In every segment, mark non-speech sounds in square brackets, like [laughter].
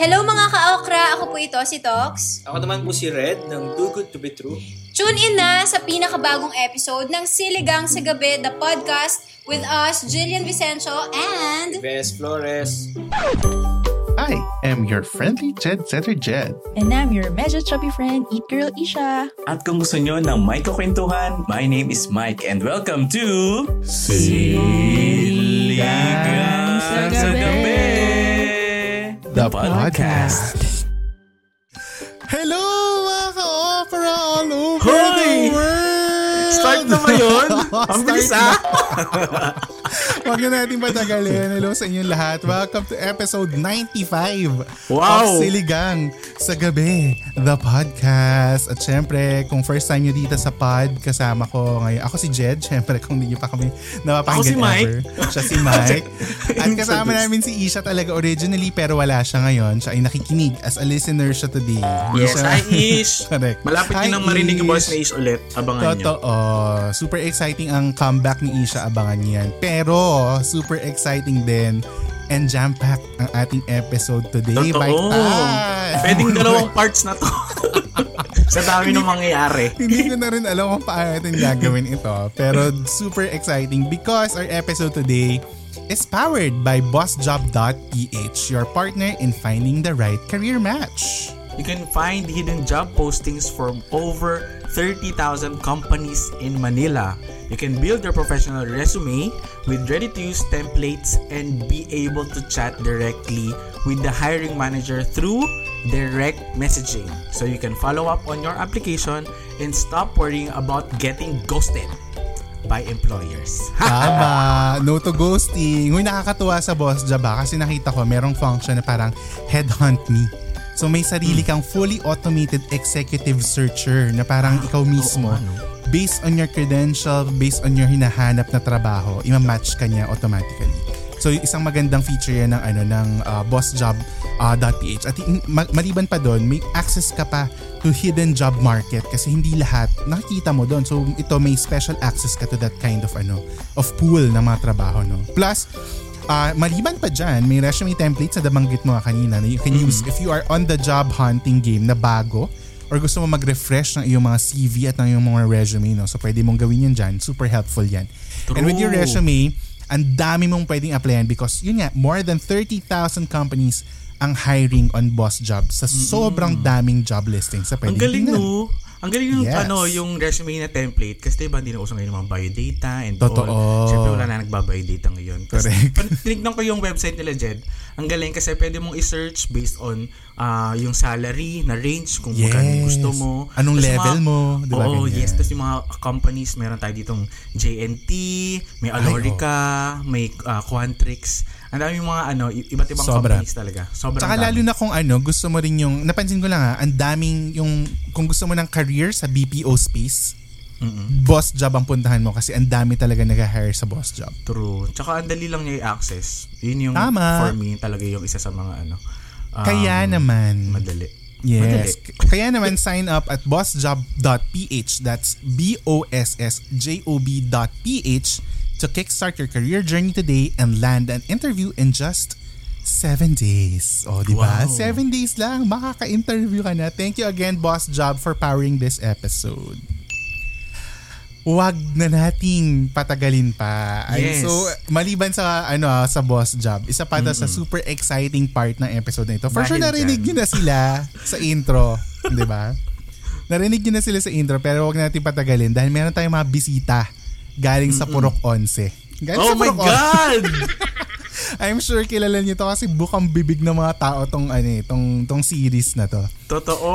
Hello mga ka-okra! Ako po ito, si Tox. Ako naman po si Red ng Too Good To Be True. Tune in na sa pinakabagong episode ng Siligang sa Gabi, the podcast with us, Jillian Vicencio and... Venus Flores. I am your friendly Jed Setter Jed. And I'm your medyo chubby friend, Eat Girl Isha. At kung gusto nyo ng may kakwentuhan, my name is Mike and welcome to... Siligang sa Gabi. The podcast. Hello, mga ka-opera all over the Hoy! world! Start na ba [laughs] yun? Ang Start bilis na. ah! [laughs] Huwag na natin patagalin. Hello sa inyong lahat. Welcome to episode 95 Wow! of Siligang sa Gabi, the podcast. At syempre, kung first time nyo dito sa pod, kasama ko ngayon. Ako si Jed, syempre kung hindi nyo pa kami napapakinggan Ako si Mike. ever. Siya si [laughs] Mike. At kasama namin si Isha talaga originally pero wala siya ngayon. Siya ay nakikinig as a listener siya today. Hindi Yes, siya- hi Ish! Correct. Malapit Hi, nyo nang marinig yung Ish. boss na Ish ulit. Abangan nyo. Totoo. Super exciting ang comeback ni Isha. Abangan niyo yan. Pero, super exciting din and jam-packed ang ating episode today. by Totoo. Tay. [laughs] Pwedeng dalawang parts na to. [laughs] sa dami ng mangyayari. Hindi ko na rin alam kung paano natin gagawin ito. Pero super exciting because our episode today is powered by BossJob.ph, your partner in finding the right career match. You can find hidden job postings from over 30,000 companies in Manila. You can build your professional resume with ready-to-use templates and be able to chat directly with the hiring manager through direct messaging. So you can follow up on your application and stop worrying about getting ghosted by employers. Tama. No to ghosting. Uy, nakakatuwa sa boss job ha, kasi nakita ko merong function na parang headhunt me. So may sarili kang fully automated executive searcher na parang ikaw mismo. Based on your credential, based on your hinahanap na trabaho, imamatch ka niya automatically. So yung isang magandang feature yan ng ano ng uh, bossjob.ph at in- ma- maliban pa doon, may access ka pa to hidden job market kasi hindi lahat nakikita mo doon. So ito may special access ka to that kind of ano of pool ng mga trabaho no. Plus Ah, maliban pa dyan, may resume templates na nabanggit mo nga kanina na you can use if you are on the job hunting game na bago or gusto mo mag-refresh ng iyong mga CV at ng iyong mga resume, no? So, pwede mong gawin yun dyan. Super helpful yan. And with your True. resume, ang dami mong pwedeng applyan because, yun nga, more than 30,000 companies ang hiring on boss job sa sobrang daming job listings sa pwedeng Ang galing tingnan. no. Ang galing yung Yes. ano, yung resume na template kasi diba hindi na uso ngayon yung mga biodata and Totoo. all. Siyempre wala na nagbabiodata ngayon. Kasi Correct. pan- tinignan ko yung website nila, Jed. Ang galing kasi pwede mong i-search based on ah, yung salary na range kung Yes. magkano yung gusto mo. Anong Tapos level mga- mo, di ba, Oo, ganyan? yes. Tapos yung mga companies, meron tayo ditong JNT, may Alorica, may ah, Quantrix. Ang dami yung mga ano, i- iba't ibang Sobra. companies talaga. Sobrang Tsaka dami. lalo na kung ano, gusto mo rin yung, napansin ko lang ha, ang daming yung, kung gusto mo ng career sa BPO space, boss job ang puntahan mo kasi ang dami talaga nag-hire sa boss job. True. Tsaka ang dali lang niya i-access. Yun yung Tama. for me talaga yung isa sa mga ano. um, Kaya naman. Madali. Yes. Kaya naman sign up at bossjob.ph that's B O S S J O B.ph to kickstart your career journey today and land an interview in just 7 days. O, di ba? Wow. 7 days lang. Makaka-interview ka na. Thank you again, Boss Job, for powering this episode. Huwag na nating patagalin pa. Ay, Yes. So, maliban sa ano ah, sa boss job, isa pa ito sa super exciting part ng episode na ito. For Dahil sure, narinig dyan. nyo na sila sa intro. di ba? Narinig nyo na sila sa intro pero huwag natin patagalin dahil meron tayong mga bisita galing sa Purok 11. Galing Oh sa my Purok God! 11. I'm sure kilala nyo to kasi bukang bibig ng mga tao tong, ano, eh, tong, tong series na to. [laughs] Totoo.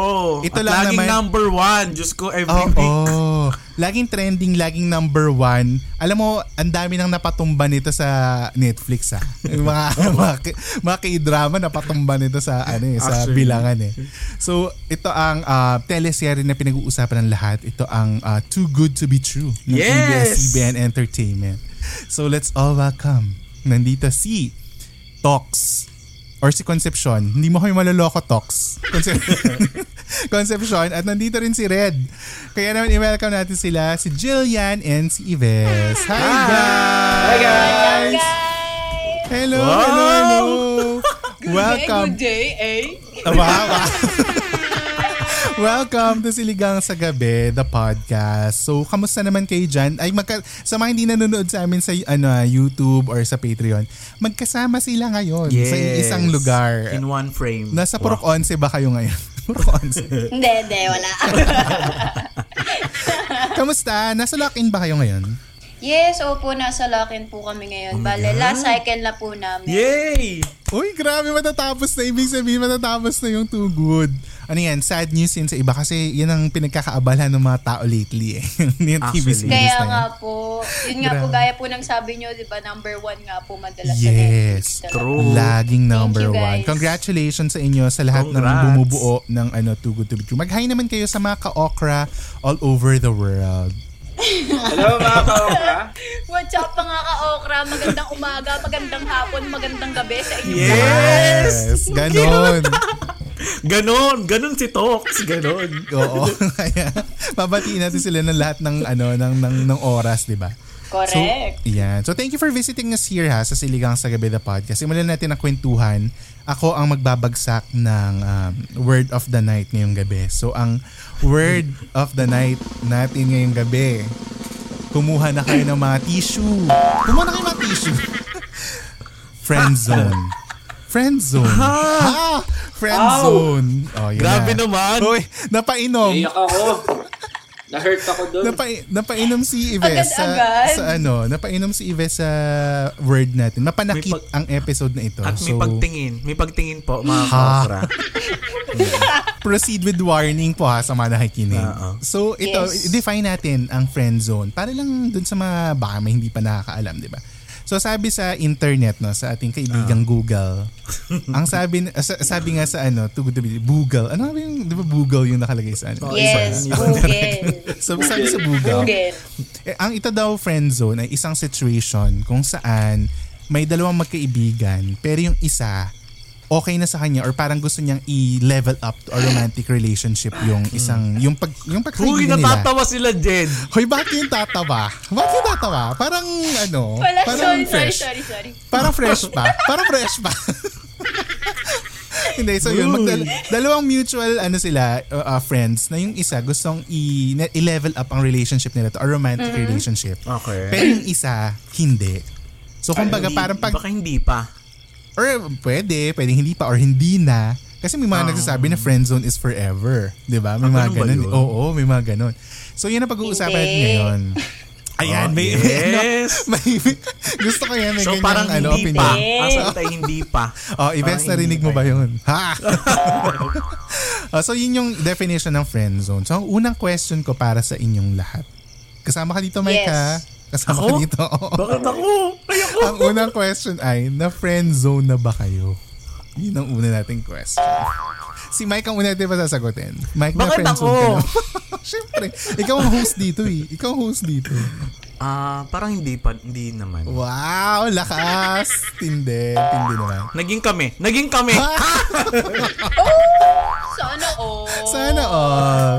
Ito At lang laging naman- number one. Diyos ko, every Oo. week. Oo. Laging trending, laging number one. Alam mo, ang dami nang napatumba nito sa Netflix ah. Yung [laughs] Mga, [laughs] mga, k- mga k-drama napatumba nito sa, ano, eh, sa Actually. bilangan eh. So, ito ang ah, teleserye na pinag-uusapan ng lahat. Ito ang ah, Too Good To Be True ng Yes! ABS-CBN Entertainment. So, let's all welcome. Nandito si Tox or si Concepcion. Hindi mo kami maloloko, Tox. Conce- [laughs] Concepcion. At nandito rin si Red. Kaya naman i-welcome natin sila, si Jillian and si Ives. Hi, guys! Hi, guys! Hello, hello, hello! Welcome! Good day, eh? Wow! [laughs] Welcome to Siligang sa Gabi, the podcast. So, kamusta naman kayo dyan? Ay, magka, sa mga hindi nanonood sa amin sa ano, ah, YouTube or sa Patreon, magkasama sila ngayon sa isang lugar. In one frame. Nasa Purok 11 ba kayo ngayon? [laughs] Purok 11. Hindi, hindi, wala. kamusta? Nasa lock-in ba kayo ngayon? [laughs] yes, opo, nasa lock-in po kami ngayon. Bale, last cycle na po namin. Yay! Uy, grabe matatapos na. Ibig sabihin matatapos na yung too good. Ano yan? Sad news yun sa iba kasi yan ang pinagkakaabalan ng mga tao lately eh. [laughs] yung TV Actually. series Kaya na yan. nga po, yun nga po, Grabe. gaya po ng sabi nyo, di ba, number one nga po madalas sa Netflix Yes, talaga. True. Laging number you, guys. one. Congratulations sa inyo sa lahat ng Congrats. bumubuo ng ano, Too Good To Be True. Mag-hi naman kayo sa mga ka-okra all over the world. Hello mga ka-okra. What's up mga ka-okra? Magandang umaga, magandang hapon, magandang gabi sa inyo. Yes! Yes! Ganon! Ganon! Ganon si Tox! Ganon! Oo. [laughs] Kaya, babatiin natin sila ng lahat ng ano ng ng, ng oras, 'di ba? So, Correct. yan. So, thank you for visiting us here ha, sa Siligang sa Gabi the Podcast. Simulan natin ang kwentuhan. Ako ang magbabagsak ng um, word of the night ngayong gabi. So, ang word of the night natin ngayong gabi, kumuha na kayo ng mga tissue. Kumuha na kayo ng mga tissue. [laughs] Friend zone. Friend zone. Ha? Friend zone. Oh, yun Grabe na. naman. Uy, napainom. Iyak ako. Na-hurt ako doon. Napa, napainom si Ives sa, Agad-agad. sa ano, napainom si Ives sa word natin. Mapanakit May pag- ang episode na ito. At may So, pagtingin. May pagtingin po, Ha. mga ka-okra. proceed with warning po ha sa mga nakikinig. Oo. So, ito, Yes. define natin ang friend zone. Para lang dun sa mga baka may hindi pa nakakaalam, di ba? So, sabi sa internet, no, sa ating Ah. kaibigang [laughs] Google, ang sabi, ah, sa- sabi nga sa ano, to, to, Google, ano ba yung, di ba Google yung nakalagay sa ano? Yes, [laughs] Google. So, sabi sa Google, Google. Eh, ang ito daw friend zone ay isang situation kung saan may dalawang magkaibigan pero yung isa okay na sa kanya or parang gusto niyang i-level up to a romantic relationship yung isang yung pag yung Uy, pagkaibigan nila. natatawa sila, Jed! Hoy, bakit yung tatawa? Bakit yung tatawa? Parang ano? Wala, parang sorry, sorry, fresh. sorry, sorry. Parang fresh pa. Parang fresh pa. [laughs] Hindi, so yun, magdal- dalawang mutual ano sila, uh, uh, friends, na yung isa gustong i- na- i-level up ang relationship nila to a romantic relationship. Okay. Pero yung isa, hindi. So kumbaga parang pag, Baka hindi pa. or pwede, pwedeng hindi pa, or hindi na. Kasi may mga nagsasabi na friendzone is forever. Di ba? May Ah, mga ganun ba ganun. eh. yun? Oo, may mga ganun. So yun ang pag-uusapan natin Hindi. ngayon. [laughs] Ayan, may, Oh, may ano, yes! [laughs] may, gusto ko yan, may So, ganyang parang ano, hindi opinion. pa. opinion. Ang sagot ay hindi pa. Oh, events Parang narinig hindi mo pa ba yun? Ha? [laughs] Oh, so, yun yung definition ng friend zone. So, ang unang question ko para sa inyong lahat. Kasama ka dito, Mike, Yes. ha? Kasama Ako? ka dito. [laughs] oo. Bakit ako? Ay, ako! ang unang question ay, na-friend zone na ba kayo? Yun ang una nating question. Si Mike ang una natin sasagutin. Mike, Bakit na-friend zone ka na. [laughs] ako? ba? Siyempre. Ikaw ang host dito eh. Ikaw ang host dito. Ah, parang hindi pa. Hindi naman. Wow, lakas. Tindi. Tindi naman. Naging kami. Naging kami. Ah! Sana all. Sana all.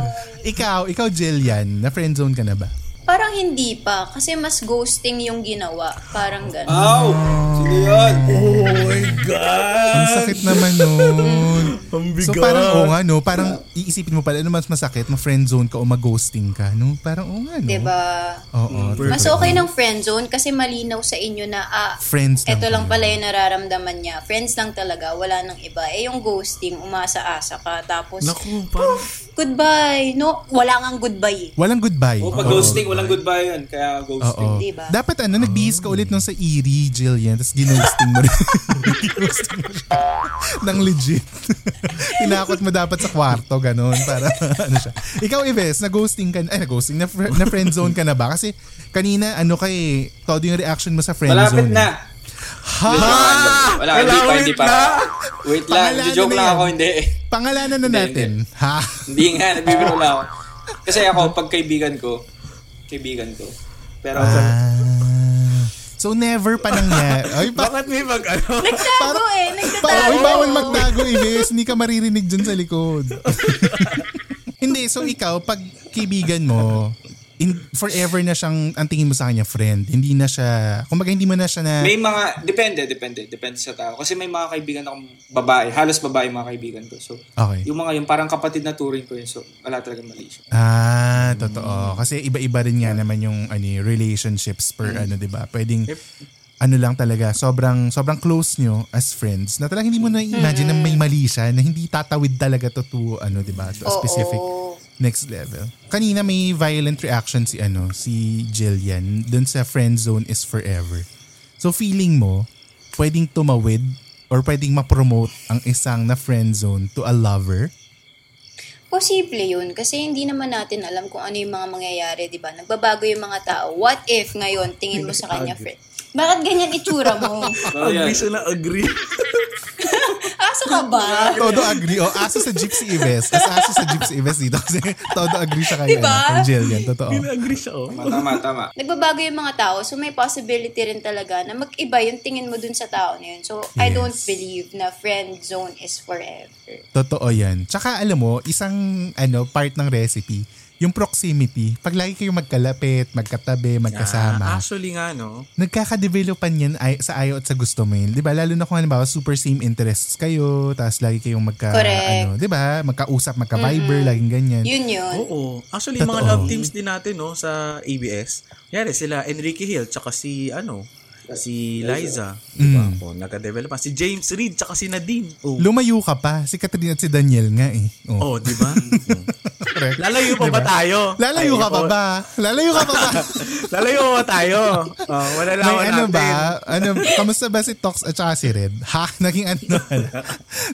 Ikaw, ikaw Jillian, na friendzone ka na ba? Parang hindi pa, kasi mas ghosting yung ginawa. Parang gano'n. Ah. Ow! Sino yun? Oh my God! Ang sakit naman nun. [laughs] Ang bigat. so parang oo nga no, parang iisipin mo pala ano mas masakit, ma-friendzone ka o ma-ghosting ka, no? Parang oo nga no. Diba? Mm. Oo. Mas okay ng friend zone kasi malinaw sa inyo na ah, Friends lang eto lang kayo. pala yung nararamdaman niya. Friends lang talaga, wala nang iba. Eh yung ghosting, umasa-asa ka tapos Naku, parang... goodbye. No, wala ngang [laughs] goodbye. eh. Walang goodbye. Oh, pag Oo. ghosting, walang goodbye yun. Kaya ghosting. Oo. Diba? Dapat ano, nagbihis ka ulit nung sa Erie, Jillian, tapos ginosting mo rin. ginosting mo siya. Nang legit. [laughs] Tinakot mo dapat sa kwarto, ganun. Para, [laughs] ano siya. Ikaw, Ives, na-ghosting ka, ay, na-ghosting, na, fr- na friendzone ka na ba? Kasi kanina, ano kay, todo yung reaction mo sa Malapit friendzone. eh. na. Ha? eh. Wala, hindi pa, hindi pa. Wait lang, Pangalanan joke na lang yan. ako, hindi. [laughs] Pangalanan na Hindi, natin. Ha? Hindi nga, nagbibiro lang ako. Kasi ako, pag kaibigan ko, kaibigan ko. Pero, Ah. so, never pa nangyari. Ay, [laughs] pa, Bakit may mag ano? Nagtago Parang- eh. Pa, uy, Nagtatago. bawal magtago, Ives. Hindi ka maririnig dyan sa likod. [laughs] Hindi, so ikaw, pag kaibigan mo, in, forever na siyang, ang tingin mo sa kanya, friend. Hindi na siya, kumbaga hindi mo na siya na, may mga, depende, depende, depende sa tao. Kasi may mga kaibigan akong babae, halos babae mga kaibigan ko. So, okay. yung mga yun, parang kapatid na turing ko yun. So, wala talaga mali siya. Ah, totoo. Kasi iba-iba rin nga naman yung ano, relationships per ano, 'di ba? Pwedeng ano lang talaga, sobrang sobrang close nyo as friends. Na talagang hindi mo na imagine na may mali siya na hindi tatawid talaga to to ano, 'di ba? To a specific Oo. next level. Kanina may violent reaction si ano, si Jillian dun sa friend zone is forever. So feeling mo pwedeng tumawid or pwedeng ma-promote ang isang na friend zone to a lover? Posible yun kasi hindi naman natin alam kung ano yung mga mangyayari, di ba? Nagbabago yung mga tao. What if ngayon tingin mo sa kanya, friend? Bakit ganyan itsura mo? So, yun. Agree siya na [laughs] agree. Aso ka ba? Todo agree. O, aso sa Gypsy Ives. As aso sa Gypsy Ives dito. Kasi [laughs] todo agree siya kay, Diba? ano, kay Jillian. Totoo. agree siya oh. Tama, tama, tama. Nagbabago yung mga tao, so may possibility rin talaga na mag-iba yung tingin mo dun sa tao na yun. So, I Yes. don't believe na friend zone is forever. Totoo yan. Tsaka alam mo, isang ano part ng recipe, yung proximity. Pag lagi kayong magkalapit, magkatabi, magkasama, actually nga no. nagkakadevelopan yan ay, sa ayaw at sa gusto mo yun. Diba? Lalo na kung halimbawa super same interests kayo, tapos lagi kayong magka, Correct. ano, diba? Magkausap, magka-viber, laging ganyan. Yun yun. Oo. Actually, yung mga Totoo. love teams din natin, no, sa ABS. Yari, sila Enrique Hill, tsaka si, ano, si Liza. Diba? Mm. Oh, nagka-develop pa. Si James Reed, tsaka si Nadine. Oh, Lumayo ka pa. Si Catherine at si Daniel nga eh. Oo. oh [laughs] diba? Oh. Correct. Lalayo pa ba tayo? Lalayo Ay, ka pa oh, ba? Lalayo ka pa ba? Lalayo pa ba tayo? Oh, malalaman May natin. ano ba? Ano, kamusta ba si Tox at saka si Red? Ha? [laughs] Naging ano na pala.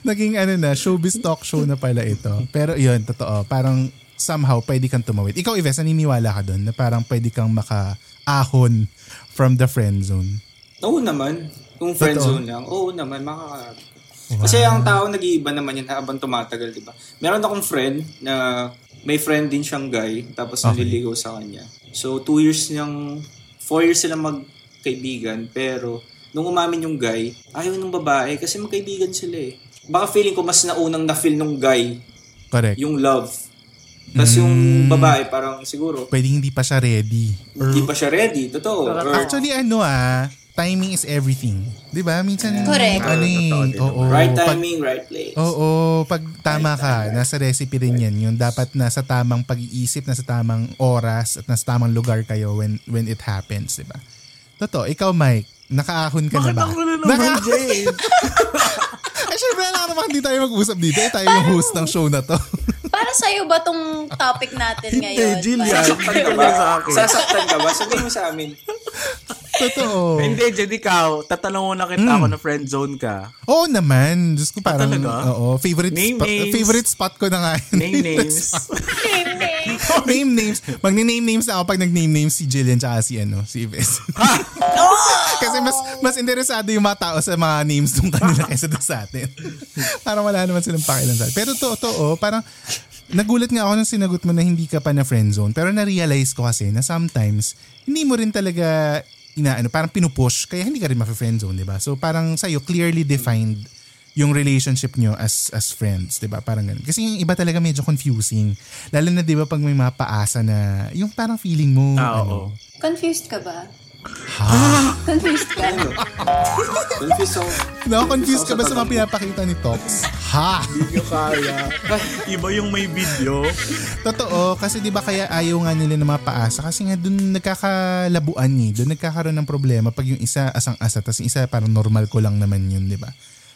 Naging ano na, showbiz talk show na pala ito. Pero yun, totoo. Parang somehow pwede kang tumawid. Ikaw, Ives, naniniwala ka doon na parang pwede kang makaahon from the friend zone. Oo naman. Kung friend Totoo. zone lang, oo naman, makaka... Kasi ang tao nag-iiba naman yan habang tumatagal, di ba? Meron akong friend na may friend din siyang guy, tapos naliligaw sa kanya. So, two years niyang, four years silang magkaibigan, pero nung umamin yung guy, ayaw nung babae kasi magkaibigan sila eh. Baka feeling ko mas naunang na-feel nung guy Correct. yung love. Tapos yung Hmm. babae parang siguro, Pwede hindi pa siya ready. hindi pa siya ready, totoo. Or- Actually, ano ah, timing is everything. Di ba? Minsan, Correct. ano eh, Totoo din oo, right pag- timing, right place. Oo, pag tama ka, nasa recipe rin yan. Yung dapat nasa tamang pag-iisip, nasa tamang oras, at nasa tamang lugar kayo when when it happens, di ba? Totoo, ikaw Mike, nakaahon ka na Bakit ba? ako na naman, Naka- Jane? Eh, syempre, alam naman, hindi tayo mag-usap dito. Eh, tayo yung host ng show na to. [laughs] Para sa'yo ba tong topic natin Hindi, ngayon? Jillian. Sasaktan ka ba? Sasaktan ka ba? Sabihin mo sa amin. Totoo. Hindi, Jed, ikaw, tatanungin na Hmm. kita ako na friend zone ka. Oo naman. Diyos ko parang, Ah, talaga? oo, favorite, Name spot, names. favorite spot ko na nga. yun. Name [laughs] names. name names. Magne-name names na ako pag nag-name names si Jillian tsaka si ano, si Ives. [laughs] Kasi mas mas interesado yung mga tao sa mga names nung kanila kaysa doon sa [laughs] atin. parang wala naman silang pakialam sa atin. Pero totoo, parang nagulat nga ako nung sinagot mo na hindi ka pa na friendzone. Pero na-realize ko kasi na sometimes hindi mo rin talaga inaano, parang pinupush kaya hindi ka rin ma-friendzone, di ba? So parang sa'yo clearly defined yung relationship nyo as as friends, 'di ba? Parang ganun. Kasi yung iba talaga medyo confusing. Lalo na 'di ba pag may mapaasa na yung parang feeling mo Ah, ano. oo. Confused ka ba? Confused ka? Ano? Confused ako. Na confused ka ba sa mga pinapakita ni Tox? Ha. Iba yung may video. Totoo kasi 'di ba kaya ayaw nga nila na mapaasa kasi nga doon nagkakalabuan ni, eh. doon nagkakaroon ng problema pag yung isa asang-asa tas yung isa parang normal ko lang naman yun, 'di ba?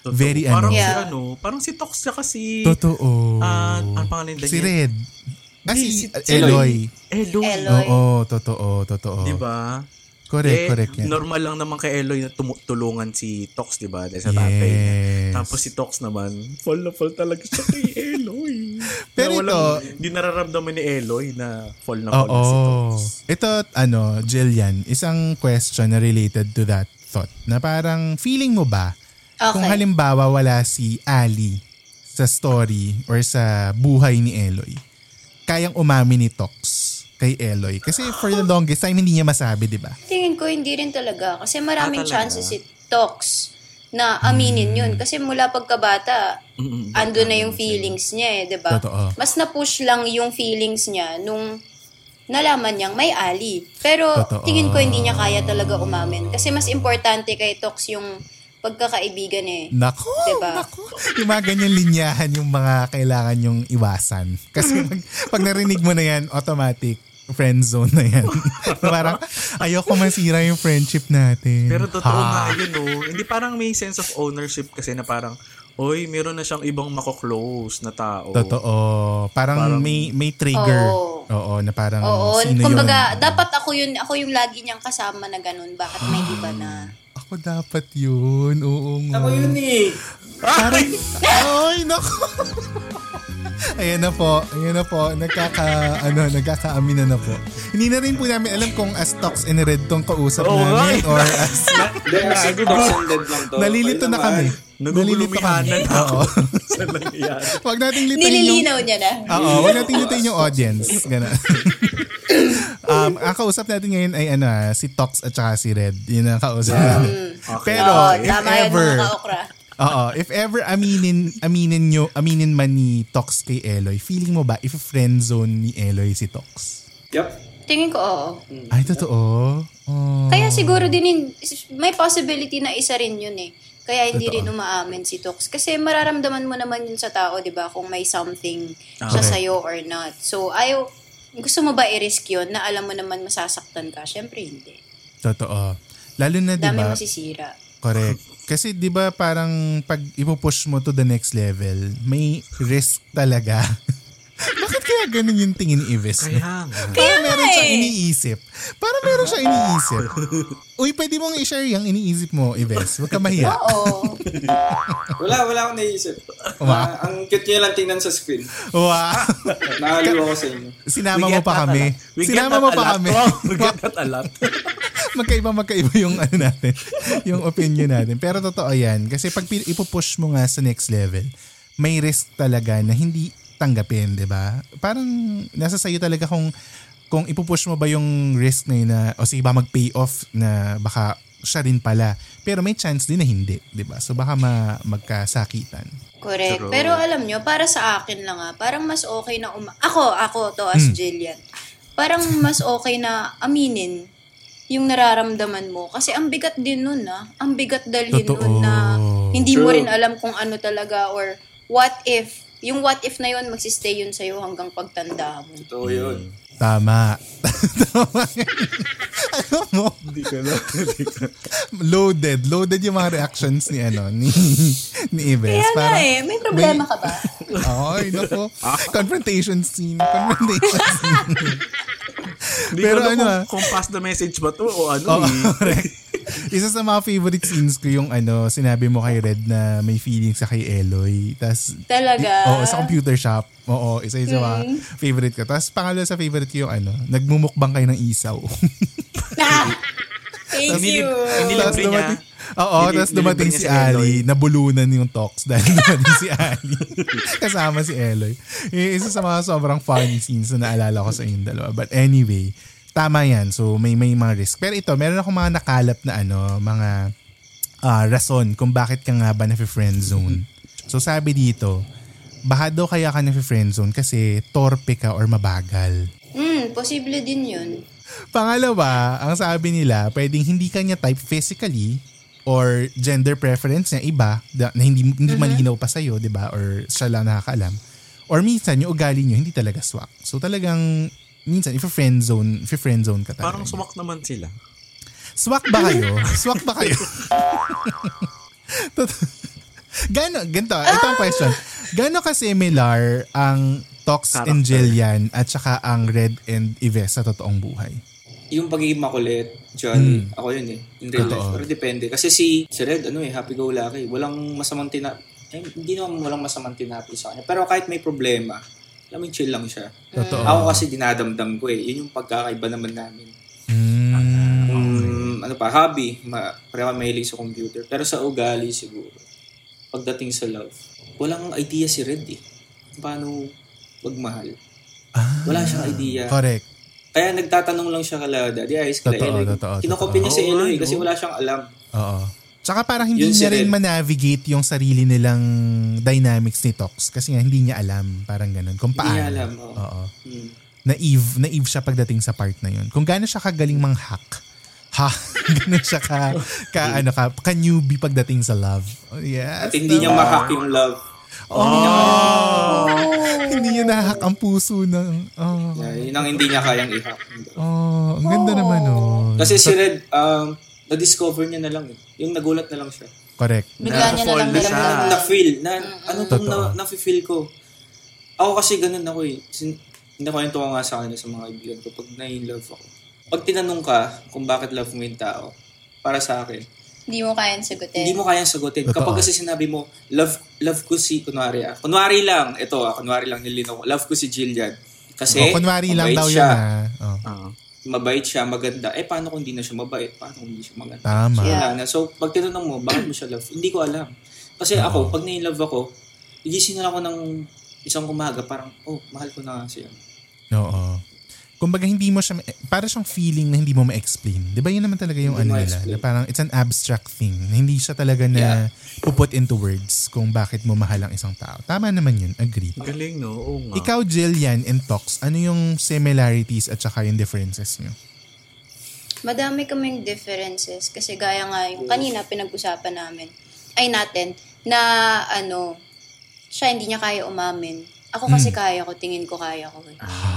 Very ano. parang si Yeah. ano, parang si Tox siya kasi Totoo. Ah, ang pangalan niya? Si Red. Ah, Di, si, si- Eloy. Eloy. Eloy. Oo, totoo, totoo. Di ba? Correct, eh, correct yan. normal lang naman kay Eloy na tumu- tulungan si Tox, di ba? Dahil sa Yes. tatay niya. Tapos si Tox naman, fall na fall talaga siya kay Eloy. Pero na walang, ito- di nararamdaman ni Eloy na fall na fall na si Oo. Tox. Ito, ano, Jillian, isang question na related to that thought. Na parang, feeling mo ba, kung Okay. halimbawa wala si Ali sa story or sa buhay ni Eloy, kayang umami ni Tox kay Eloy. Kasi for the longest time, hindi niya masabi, di ba? Tingin ko hindi rin talaga. Kasi Ah, maraming talaga? chances si Tox na aminin Mm. yun. Kasi mula pagkabata, ando na yung feelings niya eh, di ba? Totoo. Mas na-push lang yung feelings niya nung nalaman niyang may ali. Pero Totoo. tingin ko hindi niya kaya talaga umamin. Kasi mas importante kay Tox yung pagkakaibigan eh. Nako, Diba? nako. Yung mga ganyan linyahan yung mga kailangan yung iwasan. [laughs] Kasi pag, pag narinig mo na yan, automatic friend zone na [laughs] yan. Parang ayoko masira yung friendship natin. Pero totoo Ha? nga yun, oh. Hindi parang may sense of ownership kasi na parang, oy, meron na siyang ibang mako-close na tao. Totoo. Parang, Parang- may may trigger. Oo. Oo, na parang Oo, sino kumbaga, yun? dapat ako yun, ako yung lagi niyang kasama na ganun. Bakit may iba na? Ako dapat yun. Oo nga. Ako yun eh. Parang, ay, naku. Ayan na po, ayan na po, nagkaka, ano, nagkakaamin na na po. Hindi na rin po namin alam kung as Tox and Red tong kausap Oo nga namin eh. or [laughs] as, Hindi, kasi Tox and Red lang to. nalilito Okay na naman. kami. Nalilito kami. Nagugulumihanan na ako. Oo. [laughs] Sa nangyayari. Huwag nating litayin yung Ah, Nililinaw niya na. Oo, wag natin lutuin yung audience. Ganun. [laughs] um, ang kausap natin ngayon ay ano, ah, si Tox at saka si Red. Yun ang kausap Ah. natin. Pero, Oo, if tama yan ever, mga kaokra. oo, if ever aminin, aminin nyo, aminin man ni Tox kay Eloy, feeling mo ba if friend zone ni Eloy si Tox? Yup. Tingin ko oo. Ay, totoo? Oh. Kaya siguro din, yun- may possibility na isa rin yun eh. Kaya hindi Totoo. rin umaamin si Tox. Kasi mararamdaman mo naman yun sa tao, di ba? Kung may something siya Correct. sa'yo or not. So, ayaw, gusto mo ba i-risk yun na alam mo naman masasaktan ka? Siyempre hindi. Totoo. Lalo na, di Dami ba? masisira. Correct. Kasi 'di ba parang pag ipupush mo to the next level, may risk talaga. [laughs] Bakit kaya ganun yung tingin ni Ives? no? Kaya nga. Para meron siyang eh. iniisip. Para meron siyang iniisip. Uy, pwede mong i-share yung iniisip mo, Ives. Huwag ka mahiya. [laughs] Oo. Wala, wala akong naisip. Wow. Ah, ang cute niya lang tingnan sa screen. Wow. [laughs] Nakaliw ako sa inyo. Sinama We mo get that pa a kami. lot. We get Sinama that mo a lot. pa [laughs] kami. Wow, we get that a lot. [laughs] magkaiba magkaiba yung ano natin, [laughs] yung opinion natin. Pero totoo 'yan kasi pag pi- ipupush mo nga sa next level, may risk talaga na hindi tanggapin, 'di ba? Parang nasa sayo talaga kung kung ipupush mo ba yung risk na yun na o sige ba mag-pay off na baka siya rin pala. Pero may chance din na hindi, 'di ba? So baka ma- magkasakitan. Correct. True. Pero alam nyo, para sa akin lang ah, parang mas okay na uma- Ako, ako to as Hmm. Jillian. Parang mas okay na aminin yung nararamdaman mo. Kasi ang bigat din nun ah. Ang bigat dalhin Totoo. nun na hindi mo True. rin alam kung ano talaga or what if. Yung what if na yun, magsistay yun sa'yo hanggang pagtanda mo. Ito yun. Tama. [laughs] Tama. ano mo? Hindi ka loaded. Loaded yung mga reactions ni ano, ni, [laughs] ni Ives. Kaya nga Parang- eh, may problema ka ba? Ay, nako. Confrontation scene. Confrontation scene. Hindi Pero Pero ko ano, ano ah. kung, kung pass the message ba to o ano Oo, eh. correct. [laughs] Isa sa mga favorite scenes ko yung ano, sinabi mo kay Red na may feelings sa kay Eloy. Tapos, Talaga? Hmm. Oo, sa computer shop. Oo, isa yung sa mga favorite ko. Tapos pangalawa sa favorite ko yung ano, nagmumukbang kayo ng isaw. [laughs] Ah! [laughs] Thank Inilib- you. inilibre niya. dumating, oo, Nili- tapos dumating nilibre si niya si Eloy. Ali, nabulunan yung talks [laughs] dahil dumating si Ali. [laughs] Kasama si Eloy. Yung Isa sa mga sobrang funny scenes na naalala ko sa inyong dalawa. But anyway, tama yan. So may may mga risk. Pero ito, meron akong mga nakalap na ano, mga ah, rason kung bakit ka nga ba na-friend zone. So sabi dito, baka daw kaya ka na-friend zone kasi torpe ka or mabagal. Hmm, posible din yun. Pangalawa, ang sabi nila, pwedeng hindi ka niya type physically or gender preference niya iba da- na hindi, hindi malinaw pa sa'yo, di ba? Or siya lang nakakaalam. Or minsan, yung ugali niyo hindi talaga swak. So talagang, minsan, if friend zone, if friend zone ka talaga. Parang sumak naman sila. Swak ba kayo? Swak ba kayo? Tot- Gano, ganito, ito ang question. Gano ka similar ang Tox and Character. Jillian at saka ang Red and Ives sa totoong buhay? yung pagiging makulit, jolly, Mm. ako yun eh, in real life. Totoo. Pero depende. Kasi si, si Red, ano eh, happy-go-lucky. Walang masamang tina... Eh, hindi naman walang masamang tinapi sa kanya. Pero kahit may problema, alam mo, yung chill lang siya. Totoo. Ako kasi dinadamdam ko eh. Yun yung pagkakaiba naman namin. Mm. Mm, ano pa, hobby. Ma, pareho kami mahilig sa computer. Pero sa ugali siguro. Pagdating sa love, walang idea si Red eh. Paano magmahal. Ah, Wala siyang idea. Correct. Kaya nagtatanong lang siya kala Daddy Ice, kala Totoo, Eloy. totoo, Kinokopya niya si totoo. Eloy Oo, kasi oo. wala siyang alam. Oo. Tsaka parang hindi Yun si niya rin Red. manavigate yung sarili nilang dynamics ni Tox kasi nga hindi niya alam parang ganun kung paano. niya alam, oo. Oo. Hmm. Naive, naive siya pagdating sa part na yun. Kung gaano siya kagaling mang-hack. Ha? [laughs] ganun siya ka, ka [laughs] ano ka, ka newbie pagdating sa love. Oh, yes. At hindi niya mahack yung love. Oh! [laughs] hindi niya nahack ang puso ng... Oh, Yeah, yun ang hindi niya kayang i-hack. oh ang ganda naman oh. Kasi si Red, um, na-discover niya na lang. eh. Yung nagulat na lang siya. Correct. Bigla niya na lang Nagpo-fall na siya. naramdaman. Na-feel. Na, ano tong Totoo. na, na-feel ko? Ako kasi ganun ako eh. Sin- Nakwento ko nga sa kanila sa mga kaibigan ko pag na-in-love ako. Pag tinanong ka kung bakit love mo yung tao, para sa akin, Hindi mo kayang sagutin. hindi mo kayang sagutin. Totoo. Kapag kasi sinabi mo, love love ko si, kunwari ah. Kunwari lang, ito ah, kunwari lang nilinaw ko, love ko si Jillian. Kasi, Oh, kunwari lang mabait daw yun siya. ah. Oh, Ah. Mabait siya, maganda. Eh, paano kung hindi na siya mabait? Paano kung hindi siya maganda? tama. Yeah. Wala na. So, pag tinanong mo, bakit mo siya love? Hindi ko alam. Kasi ako, pag na-love ako, igising na lang ako ng isang umaga, parang, oh, mahal ko na nga siya. Oo. Kumbaga hindi mo siya, ma- para siyang feeling na hindi mo ma-explain. Di ba yun naman talaga yung Hindi ano nila? ma-explain. Na parang it's an abstract thing. na Hindi siya talaga na puput into words kung bakit mo mahal ang isang tao. Tama naman yun. Agree. Galing, no? Oo nga. Ikaw, Jillian and Tox, ano yung similarities at saka yung differences nyo? Madami kaming differences kasi gaya nga yung kanina pinag-usapan namin ay natin na ano siya hindi niya kaya umamin. Hmm. Ako kasi kaya ko, tingin ko kaya ko. Eh.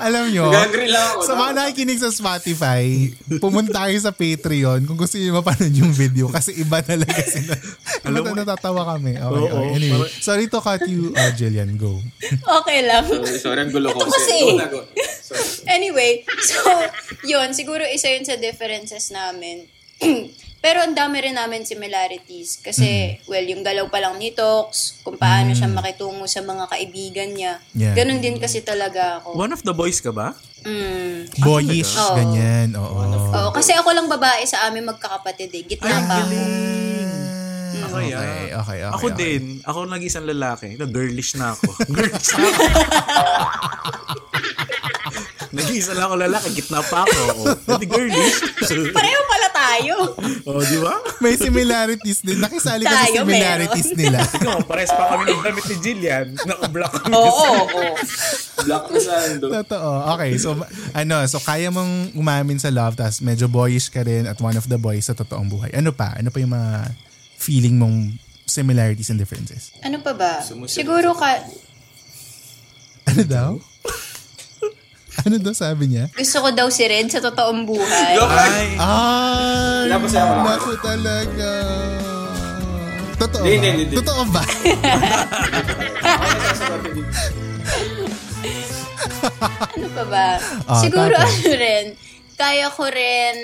Alam nyo, Nag-agree lang ako. sa mga nakikinig sa Spotify, pumunta kayo sa Patreon kung gusto nyo mapanood yung video kasi iba talaga sila. Alam mo, natatawa kami. Okay, Oo, okay. Anyway, parang- sorry to cut you, uh, Jillian. Go. Okay lang. Sorry, sorry, ang gulo ko. Ito kasi. eh. Sorry, go na, go. Sorry. Anyway, [laughs] so, yun, siguro isa yun sa differences namin. [clears throat] Pero ang dami rin namin similarities. Kasi, well, yung galaw pa lang ni Tox, kung paano siya makitungo sa mga kaibigan niya. Yeah. Ganon din kasi talaga ako. One of the boys ka ba? Mm. Boyish, Oo. ganyan. Oo. Oo, kasi ako lang babae sa amin magkakapatid eh. Gitna pa ako. Ako Okay, yan. okay, okay. ah. Ako okay. din. Ako nag-isang lalaki. No, girlish na ako. [laughs] girlish na ako. Nag-isa lang ako lalaki. Gitna pa ako. Oo. Hindi girlish. Pareho pala tayo. [laughs] oh, di ba? May similarities din. Nakisali ka sa Tayo, similarities nila. [laughs] Ikaw, pares pa kami ng damit ni Jillian. Naka-block kami. Oo, oo. Black na sando. Totoo. Okay, so ma- ano, so kaya mong umamin sa love tas medyo boyish ka rin at one of the boys sa totoong buhay. Ano pa? Ano pa yung mga feeling mong similarities and differences? Ano pa ba? Sumusunod. Siguro ka, Ano daw? ano daw sabi niya? gusto ko daw si Red sa totoong buhay. Ay, Ay, Wala pa siya. naku talaga. Totoo ba? Hindi, hindi, hindi. Totoo ba? [laughs] Ano pa ba? Ah, Siguro Ah, tapos? ano rin, kaya ko rin,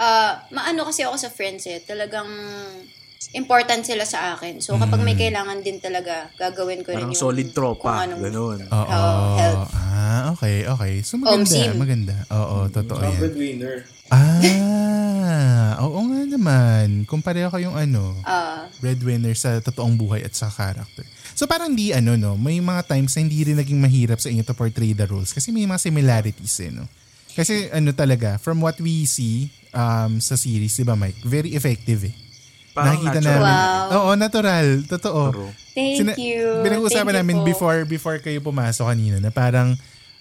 ah, maano kasi ako sa friends eh, talagang important sila sa akin. So, kapag may kailangan din talaga, gagawin ko rin Mm. Parang yung solid tropa, anong- ganun. Oo. Oo, health. ah, okay, okay. So maganda, Omsim. maganda. Oo, totoo Ang yan. breadwinner. Ah, oo nga naman. Kumpare ako yung ano, Ah, breadwinner sa totoong buhay at sa character. So parang di ano no, may mga times na hindi rin naging mahirap sa inyo to portray the roles kasi may mga similarities eh no. Kasi ano talaga, from what we see um, sa series, di ba Mike, very effective eh. Parang Nakikita Ah, natural. namin. Wow. Oo, natural. Totoo. True. thank Sina- you. Pinag-uusapan Thank you namin po. before before kayo pumasok kanina na parang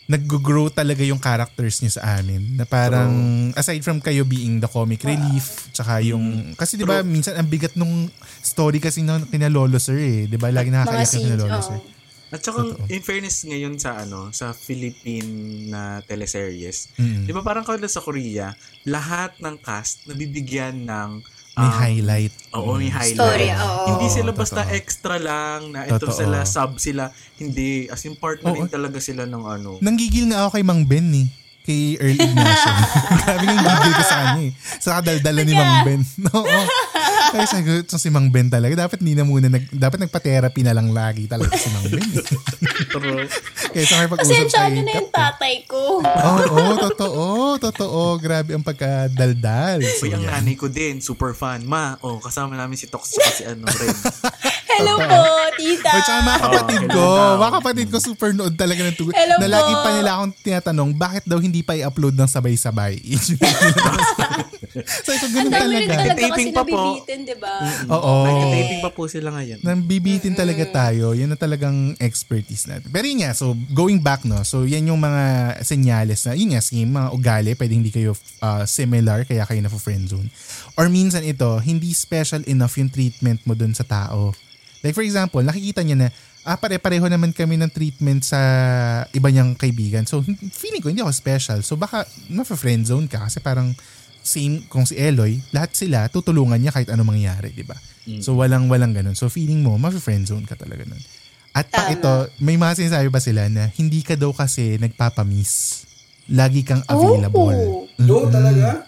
nag-grow talaga yung characters niyo sa amin. Na parang aside from kayo being the comic relief, tsaka yung kasi 'di ba minsan ang bigat nung story kasi nung kina Lolo Sir eh, 'di ba? Lagi Mga oh. nakakaiyak yung kina scenes, Lolo oo. Sir. At saka, in fairness ngayon sa ano, sa Philippine na teleseries, Mm. di ba parang kada sa Korea, lahat ng cast nabibigyan ng May um, highlight. Oo, may highlight. Story, oo. Hindi Oo, sila Mm. basta totoo. extra lang na ito Totoo. sila, sub sila. Hindi, as in part na Oo. rin talaga sila ng [laughs] ano. Nanggigil nga ako kay Mang Ben eh. Kay Earl [laughs] Ignacio. Grabe yung gigil ko sa kanya eh. Sa kadaldala ni Mang [laughs] Ben. Oo. Kaya sagot so si Mang Ben talaga. Dapat hindi na muna, nag, dapat nagpa-therapy na lang lagi talaga si Mang Ben. eh. [laughs] True. Kaysa may pag-usap Pasensya kay nyo ano na yung tatay [laughs] ko. Oo, totoo, totoo. Grabe ang pagkadaldal. So, Uy, ang yan. nanay ko din, super fan. Ma, oh, kasama namin si Tox at si ano, [laughs] Red. Hello po, tita. Uy, tsaka Oh, mga kapatid ko. hello daw. Mga kapatid ko super nood talaga ng tugon. Hello Na lagi pa po. nila akong tinatanong, bakit daw hindi pa i-upload ng sabay-sabay? [laughs] so, ito Ang ganun dami rin talaga. talaga kasi Taping pa po. nabibitin, di ba? Oo. Nagka-taping pa po sila ngayon. Nambibitin talaga tayo. Yan na talagang expertise natin. Pero yun nga, so going back no, so yan yung mga senyales na, yun nga, same, mga ugali, pwede hindi kayo uh, similar, kaya kayo na friend zone. Or minsan ito, hindi special enough yung treatment mo dun sa tao. Like for example, nakikita niya na, ah pare-pareho naman kami ng treatment sa iba niyang kaibigan. So hin- feeling ko hindi ako special. So baka ma-friend zone ka kasi parang same kung si Eloy, lahat sila tutulungan niya kahit ano mangyari, di ba? So walang walang ganun. So feeling mo, ma-friend zone ka talaga nun. At pa Tama. ito, may mga sinasabi ba sila na hindi ka daw kasi nagpapamiss. Lagi kang Oh. available. Do talaga?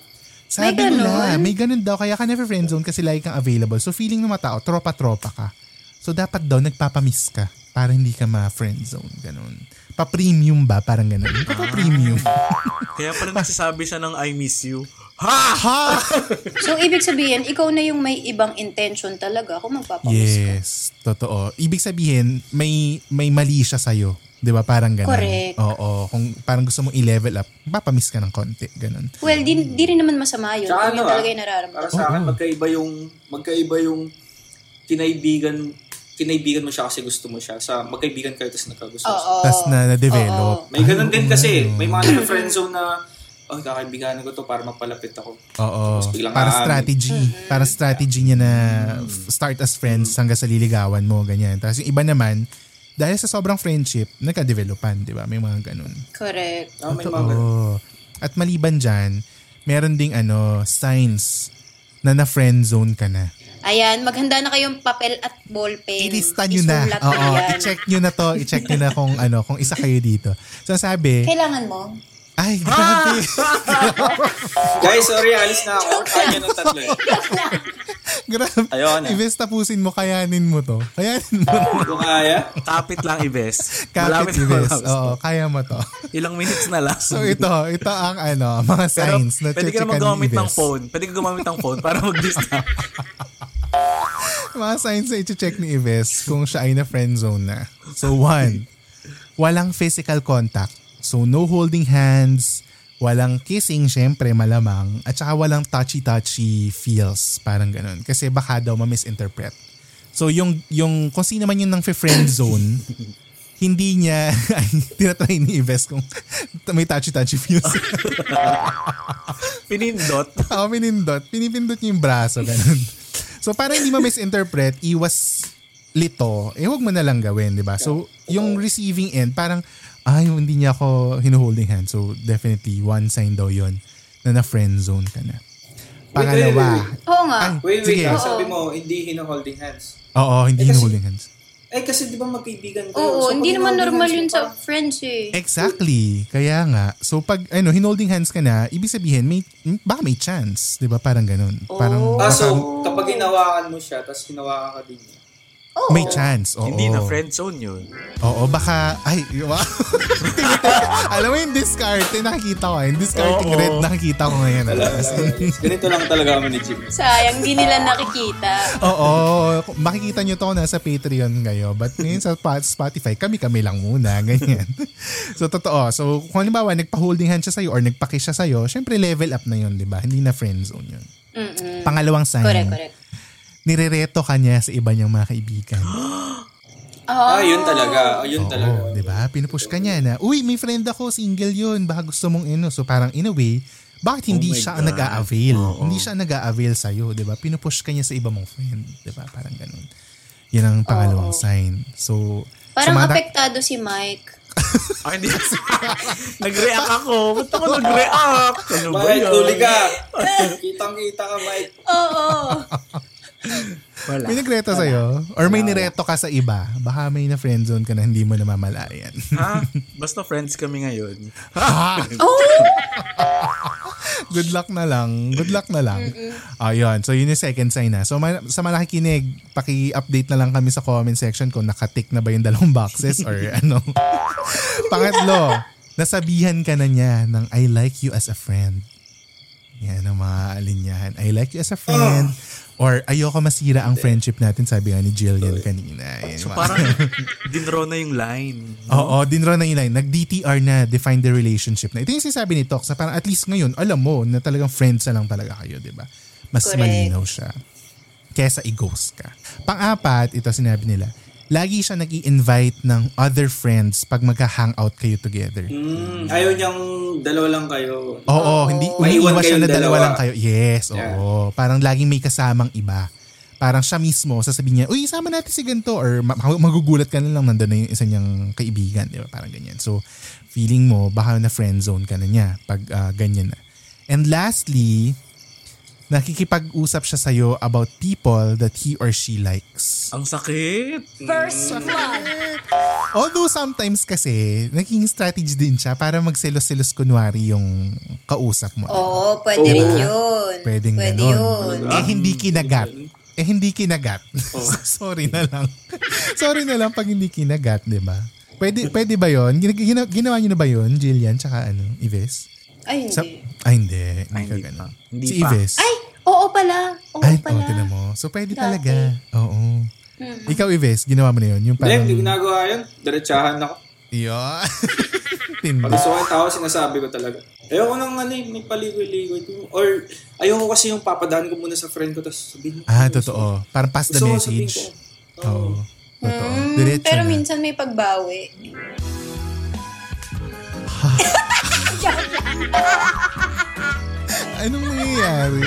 May Sabi ganun? nila, may ganun daw. Kaya ka never friendzone kasi lagi kang available. So feeling ng mga tao, tropa-tropa ka. So dapat daw, nagpapamiss ka para hindi ka ma-friendzone. Ganun. Pa-premium ba? Parang ganun. Hindi ka Pa-premium. Ah, Kaya [laughs] pala nagsasabi siya ng I miss you. Ha! ha! So, ibig sabihin, ikaw na yung may ibang intention talaga kung magpapamiss ka. Yes, totoo. Ibig sabihin, may may mali siya sa'yo. Di ba? Parang ganun. Correct. Oo. Kung parang gusto mong i-level up, papamiss ka ng konti. Ganun. Well, di, di rin naman masama yun. Kung Tsaka yun talaga ano ah, yung para nararamdaman. sa akin, magkaiba yung, magkaiba yung kinaibigan, kinaibigan mo siya kasi gusto mo siya. Sa magkaibigan kayo tapos nagkagusto Oo. Tapos na na-develop. May ganun din oo kasi. nga, no. May mga friendzone na, oh, kakaibiganan ko to para mapalapit ako. Oo. Tapos biglang Para aamin. strategy. Para strategy niya na f- start as friends hanggang sa liligawan mo, ganyan. Tapos yung iba naman, dahil sa sobrang friendship, nagka-developan, di ba? May mga ganun. Correct. Ah, may mga ganun. Oo. At maliban dyan, meron ding ano, signs na na-friend zone ka na. Ayan, maghanda na kayong papel at ballpen. Ilista nyo na. Isulat mo Oo, yan. i-check nyo na to. I-check nyo na kung ano, kung isa kayo dito. So sabi, Kailangan mo. Ah!" ay, grabe. Guys, sorry, alis na ako. Kaya nyo ng tatlo eh. grabe. Ayun na. Ives, tapusin mo, kayanin mo to. Kayanin mo. Kung kaya, Kapit lang, Ives. Kapit, Malapit na Ives. malapit. Oo, kaya mo to. Ilang minutes na lang. So ito, ito ang ano, mga Pero signs na pwede ka chichikan naman ni gumamit ng Ives. phone. Pwede ka gumamit ng phone para mag-distract. [laughs] Mga signs na iti-check ni Ives kung siya ay na-friend zone na. So one, walang physical contact. So no holding hands, walang kissing, syempre malamang, at saka walang touchy-touchy feels, parang ganun. Kasi baka daw ma-misinterpret. So yung, yung kung sino man yun ng friend zone, hindi niya, [laughs] ay, tinatry ni Ives kung [laughs] may touchy-touchy [laughs] feels. Pinindot. [laughs] Oo, pinindot. Pinipindot niya yung braso, ganun. So, para hindi ma-misinterpret, iwas lito, eh huwag mo na lang gawin, di ba? So, yung receiving end, parang, ay, hindi niya ako hinuholding hand. So, definitely, one sign daw yon na na-friend zone ka na. Pangalawa. Oo nga. Ay, wait, wait. sige. ah, Sabi mo, hindi hino holding hands. Oo, Eh, hindi kasi- hinuholding hands. Ay, kasi di ba magkaibigan kayo? Oo, So, pag hindi naman hinolding normal hands yun mo sa pa- friends eh. Exactly. Kaya nga. So pag ano, hinolding hands ka na, ibig sabihin may m- baka may chance, 'di ba? Parang ganun. Parang Ah, baka so, kapag hinawakan mo siya, tapos hinawakan ka din niya. may chance. Oo. Hindi na friend zone yun. Oo, baka ay wow. [laughs] Alam mo yung discarte nakikita ko, ah. yung discarding Oo. red nakikita ko ngayon. ah. As in- Ganito lang talaga kami ni Jimmy. Sayang, hindi nila nakikita. Oo, makikita nyo to na sa Patreon ngayon. But ngayon sa pa- Spotify, kami-kami lang muna. [laughs] Ganyan. so, totoo. So, kung halimbawa, nagpa-holding hand siya sa'yo or nagpa-kiss siya sa'yo, syempre level up na yun, di ba? Hindi na friend zone yun. Mm-mm. Pangalawang sign, Correct, correct. nirereto ka niya sa iba niyang mga kaibigan. Ah, yun talaga. Ah, yun talaga. Oo, di ba? Pinupush ka niya na, uy, may friend ako, single yun, baka gusto mong ino. So parang in a way, bakit hindi Oh my siya God. ang nag-a-avail? Hindi siya ang nag-a-avail sa'yo, di ba? Pinupush ka niya sa iba mong friend, di ba? Parang ganun. Yan ang pangalawang sign. So, Parang sumada- apektado si Mike. Ah, hindi. [laughs] nag-react ako. Ba't ako nag-react? Ano ba Mike, yun? huli ka. Kitang-kita ka, Mike. Oo. Wala. May nagreto sa'yo? Or may nireto ka sa iba? Baka may na-friendzone ka na hindi mo namamalayan. [laughs] Ha? Ah, Basta friends kami ngayon. Ah. [laughs] Good luck na lang. Good luck na lang. Ayun. So, yun yung second sign na. So, ma- sa mga nakikinig, paki-update na lang kami sa comment section kung nakatick na ba yung dalawang boxes or [laughs] ano. Pangatlo, nasabihan ka na niya ng I like you as a friend. Yan ang mga alinyahan. I like you as a friend. Or ayoko masira ang friendship natin, sabi nga ni Jillian kanina. Yan, So mga- parang dinraw na yung line. Oo, dinro na yun line. Nag-DTR na, define the relationship na. Ito yung sinasabi ni Tox, na parang at least ngayon, alam mo na talagang friends na lang talaga kayo, di ba? Mas Correct. malinaw siya. Kesa i-ghost ka. Pang-apat, ito sinabi nila, lagi siya nag invite ng other friends pag magka-hangout kayo together. Mm, ayaw niyang dalawa lang kayo. Oo, hindi Maiwan umiiwas siya kayong na dalawa dalawa. lang kayo. Yes, Yeah. oo. Parang laging may kasamang iba. Parang siya mismo, sasabihin niya, uy, sama natin si ganito. Or ma- magugulat ka na lang, nandun na yung isa niyang kaibigan. Di ba? Parang ganyan. So, feeling mo, baka na friend zone ka na niya pag ah, ganyan na. And lastly, nakikipag-usap siya sa'yo about people that he or she likes. Ang sakit. Although sometimes kasi, naging strategy din siya para magselos-selos kunwari yung kausap mo. Oo, pwede rin yun. Pwedeng pwede yun. ganun. Eh, hindi kinagat. Eh, hindi kinagat. [laughs] Sorry na lang. [laughs] Sorry na lang pag hindi kinagat, di ba? Pwede, pwede ba yun? Gina, gina- ginawa niyo na ba yun, Jillian, tsaka ano, Ives? Ay, hindi. Sa, ay, hindi. Hindi Ay, ka hindi ganun. pa. Hindi si pa. Ives. Ay, oo pala. Oo Ay, pala. Mm-hmm. oh, tinan mo. So, pwede Dati. talaga. Oo. Ikaw, Ives, ginawa mo na yun. Yung Hindi, parang... hindi ginagawa yun. Diretsahan ako. Yun. [laughs] Tindi. Pag gusto ko yung tao, sinasabi ko talaga. Ayoko nang ano, eh, may paligoy-ligoy. Or ayoko kasi yung papadaan ko muna sa friend ko tapos sabihin mo. Ah, totoo. Parang pass the Gusto ko sabihin message. ko. Oo. Totoo. Mm, Diretso pero na. minsan may pagbawi. Anong nangyayari?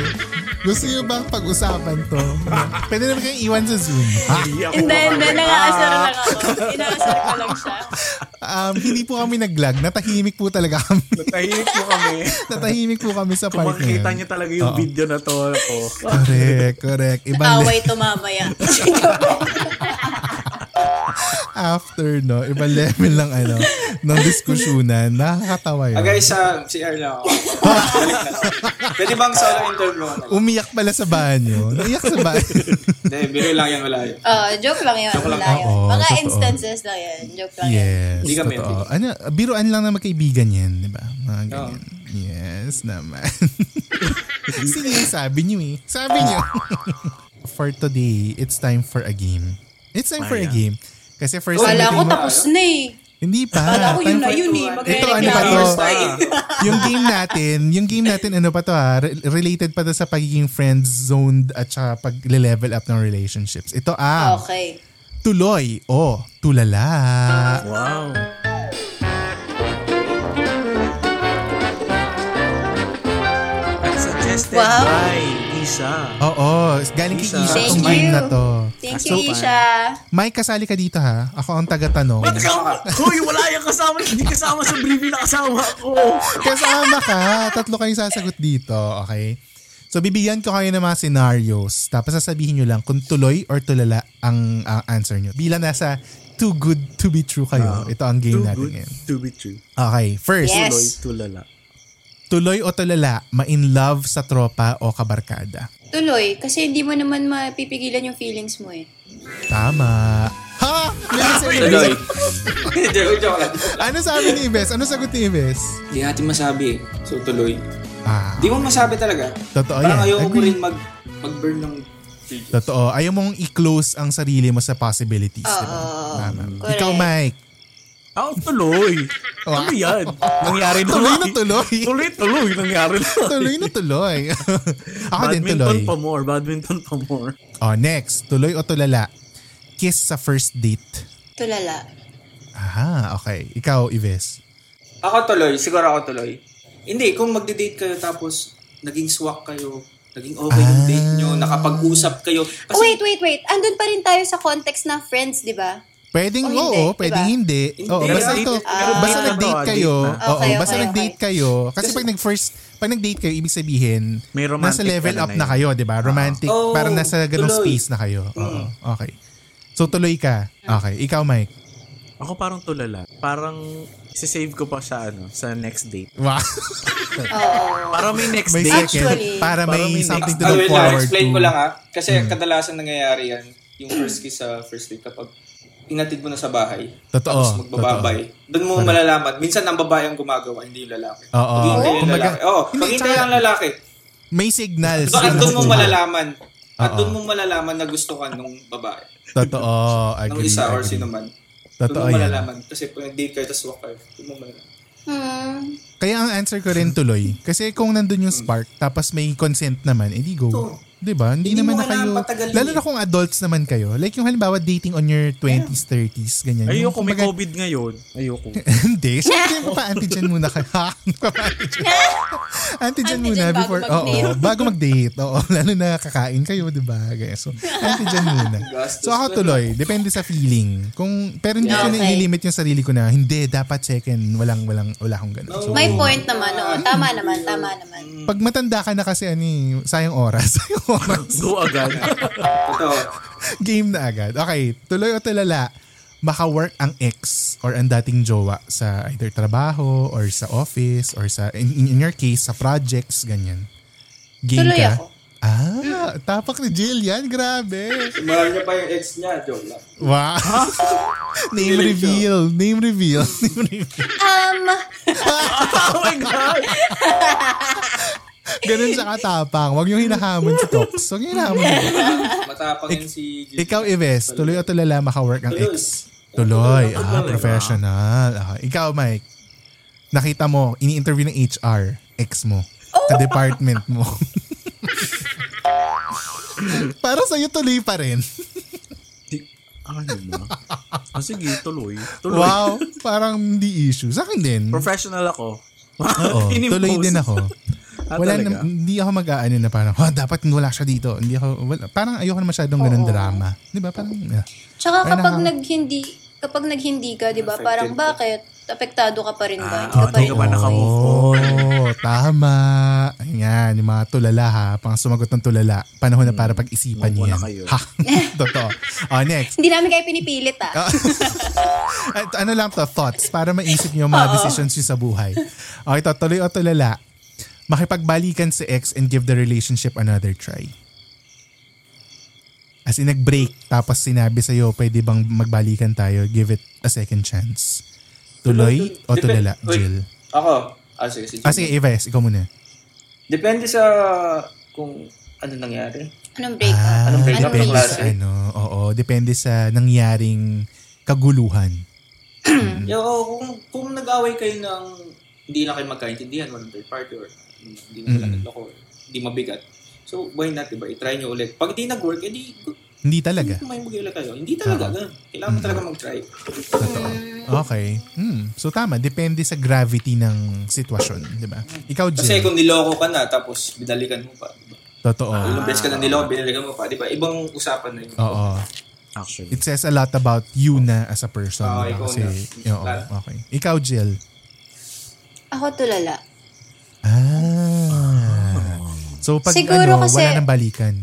Gusto niyo bang pag-usapan to? Pwede naman kayong iwan sa Zoom. [laughs] Hindi, hindi. Nangaasar lang [laughs] ako. Inaasar ko lang siya. Um, hindi po kami naglag. Natahimik po talaga kami. Tahimik mo kami. Natahimik po kami sa Kung part na yun. makikita niyo talaga yung video na to. Oh, Ako. Correct, correct. Ibang Away to mamaya. after, no? Ibang level ng ano, ng diskusyonan. Nakakatawa yun. Ah, guys, sa CR lang ako. Balik na lang. Pwede bang solo interview ko na lang? Umiyak pala sa banyo. Naiyak sa banyo. Hindi, biro lang yan, wala yun. Ah, joke lang yun. Wala yun. ah, Oo, Mga totoo. instances lang yun. Joke lang yun. Yes, Hindi kami totoo. Ano, biruan lang na magkaibigan yan, di ba? Mga Oo. ganyan. Yes naman. [laughs] Sige, sabi niyo eh. Sabi niyo. [laughs] for today, it's time for a game. It's time for a game. Kasi first time Kala ko natin- tapos na eh. Hindi pa. Kala ko yun Ah, Time na for- yun eh. Ito, ano Magre-reklamo. pa to? First time. yung game natin, yung game natin, ano pa to ha? Re- related pa to sa pagiging friends zoned at saka pag-level up ng relationships. Ito ah, Okay. tuloy o tulala. Wow. Suggested Wow. by Isha. Oo, galing kay Isa. Isha Thank tong game you. na to. Thank So, you, Isha. Mike, kasali ka dito ha. Ako ang taga-tanong. Ba't kasama? Hoy, wala yung kasama. Hindi kasama Oh, sa briefing na kasama ko. Kasama ka. Tatlo kayong sasagot dito, okay? So bibigyan ko kayo ng mga scenarios tapos sasabihin nyo lang kung tuloy or tulala ang ang answer nyo. Bilang nasa too good to be true kayo. Ito ang game Ah, Too natin good ngayon. to be true. Okay, first. Tuloy, Yes. tulala. Tuloy o tulala, ma-in love sa tropa o kabarkada. Tuloy, kasi hindi mo naman mapipigilan yung feelings mo eh. Tama. Ha? Ano sabi ni Tuloy. Ives? Joke, joke lang. Ano sabi ni Ives? Ano sagot ni Ives? Hindi natin masabi eh. So tuloy. Ah, Di mo masabi talaga. Totoo Parang yan. ayaw ko rin Agree. mag, mag-burn ng bridges. totoo. Ayaw mong i-close ang sarili mo sa possibilities. di ba? Tama. correct. Ikaw, Mike. Ako, tuloy. Ano yan? Nangyari na Tuloy na tuloy. tuloy. Tuloy, tuloy. Nangyari na. tuloy na [laughs] tuloy. Ako din Badminton tuloy. pa more. Badminton pa more. Oh, next. Tuloy o tulala? Kiss sa first date. Tulala. Aha, okay. Ikaw, Ives. Ako tuloy. Siguro ako tuloy. Hindi, kung magde-date kayo tapos naging swak kayo, naging okay yung date nyo, Ah. nakapag-usap kayo. Kasi Oh, Oh, wait, wait, wait. Andun pa rin tayo sa context na friends, di ba? Pwedeng O oo, hindi, pwedeng diba? hindi. Oo, Hindi. basta Pero ito, date- pero basta date na nag-date to, ah, kayo. date na. Oo, Okay, basta okay, nag-date okay. kayo. Kasi pag nag-first, pag nag-date kayo, ibig sabihin, May nasa romantic level ka na Ah. up na na yun. kayo, 'di ba? Romantic, Oh, Oo, parang nasa ganung tuloy. space na kayo. Mm. Oo, okay. So tuloy ka. Okay, ikaw Mike. Ako parang tulala. Parang sisave ko pa sa ano, sa next date. Wow. [laughs] Parang may next may date. second Actually, para parang may may something to Ah, look wait lang, forward explain to. Hmm. ko lang ah. ha. Kasi kadalasan nangyayari yan, yung first kiss sa first date kapag inatid mo na sa bahay. Totoo, Tapos magbababay. Doon mo malalaman. Minsan ang babae ang gumagawa, hindi yung lalaki. Oo. Maghihintay yung Kumbaga, lalaki. Oo, hindi, maghihintay tsaka- ang lalaki. May signals. So, at Yun doon ang mo hukbo. malalaman. At Oo. doon mo malalaman na gusto ka nung babae. Totoo. Nung Agree, isa or agree. sino man. Totoo Doon mo yan. malalaman. Kasi kung nag-date kayo, tapos walk kayo. Doon mo malalaman. Hmm. Kaya ang answer ko rin tuloy. Kasi kung nandun Hmm. yung spark, tapos may consent naman, edi go. So, Di ba? Hindi, hindi mo naman na kayo... kailangan patagalin Lalo eh. na kung adults naman kayo. Like yung halimbawa dating on your 20s, 30s, ganyan. Yung Ayoko, may kumbaga- COVID ngayon. [laughs] Ayoko. Hindi. [laughs] Siyempre, yung papa-antigen muna kayo. [laughs] Ha? Papa-antigen. antigen Antigen muna bago before... mag-date. oo, bago mag-date. Oo, [laughs] lalo na kakain kayo, di ba? Ganyan. So, antigen muna. Gastos so, ako pa. tuloy. Depende sa feeling. Kung, pero hindi ko na Okay. ililimit yung sarili ko na, hindi, dapat second. Walang, walang, wala akong ganun. So, May point naman, oo. Tama naman, tama naman. pag matanda ka na kasi ano eh, sayang oras. [laughs] Sayang oras. Go agad. Totoo. Game na agad. Okay, tuloy o tulala, maka-work ang ex or ang dating jowa sa either trabaho or sa office or sa, in, in your case, sa projects, ganyan. Game Tuloy ka? ako. Ah, tapak ni Jill yan. [laughs] Grabe. Mahal niya pa yung ex niya. Joke lang. Wow. name reveal. Name reveal. [laughs] Name reveal. Um, Ganun siya katapang. Huwag yung hinahamon si Tox. Huwag yung hinahamon. Matapang yan si Jill. Ikaw, Ives, tuloy o tulala maka-work ang Tuloy. ex? Tuloy. Ah, professional. Ah, ikaw, Mike. Nakita mo, ini-interview ng HR, ex mo. Sa department mo. Para sa'yo tuloy pa rin. Di- ano ba? Ah, sige, tuloy. Tuloy. Wow. Parang hindi issue. Sa akin din. Professional ako. Oo, [laughs] Inimpose. tuloy din ako. Ah, Wala na, talaga? hindi ako mag-aano na parang, ha, dapat wala siya dito. Hindi ako, wala, parang ayoko na masyadong ganun drama. Di ba? Parang, ah. tsaka Ay, kapag nakaka- naghindi, kapag naghindi ka, di ba, parang bakit? Apektado ka pa rin ba? Hindi ka Ah, pa di rin. ka ba nakamove Oo, on? Oh, tama. Ayan, yung mga tulala ha. Pang sumagot ng tulala. Panahon na para pag-isipan niyo Hmm. Move on na yan. kayo. Ha, [laughs] totoo. O, next. Hindi namin kayo pinipilit, ah. At ano lang to, thoughts. Para maisip niyo yung mga decisions niyo sa buhay. O, ito, tuloy o tulala. Makipagbalikan sa ex and give the relationship another try. As in, nag-break. Tapos sinabi sa'yo, pwede bang magbalikan tayo? Give it a second chance. Tuloy o Depende- tulala, Wait. Jill? Ako. Ah, sige, si Jill. Ah, sige, Ives, ikaw muna. Depende sa kung ano nangyari. [laughs] Anong break? Anong break Anong up ng Ah, depende klase? sa ano, oo, depende sa nangyaring kaguluhan. Hmm. Yo, oh, kung, kung nag-away kayo ng hindi na kayo magkaintindihan, walang third party or hindi na Hmm. mm ako, hindi mabigat. So, why not, diba? I-try nyo ulit. Pag di nag-work, edi Hindi talaga. Ah. kumain mag ulit kayo. Hindi talaga, ganun. Kailangan mo talaga mag-try. Okay. Hmm. So tama, depende sa gravity ng sitwasyon, 'di ba? Ikaw, Kasi Jill. kung niloko ka na, tapos binalikan mo pa, diba? Totoo. Ilang beses ka na Ah. niloko, binalikan mo pa, diba? Ibang usapan na yun. Oo. Actually. It says a lot about you na as a person. Oo, di ba? Ah, ikaw Kasi, na. oo, okay. Ikaw, Jill. Ako tulala. Ah. So So pag Siguro ano, kasi- wala nang balikan.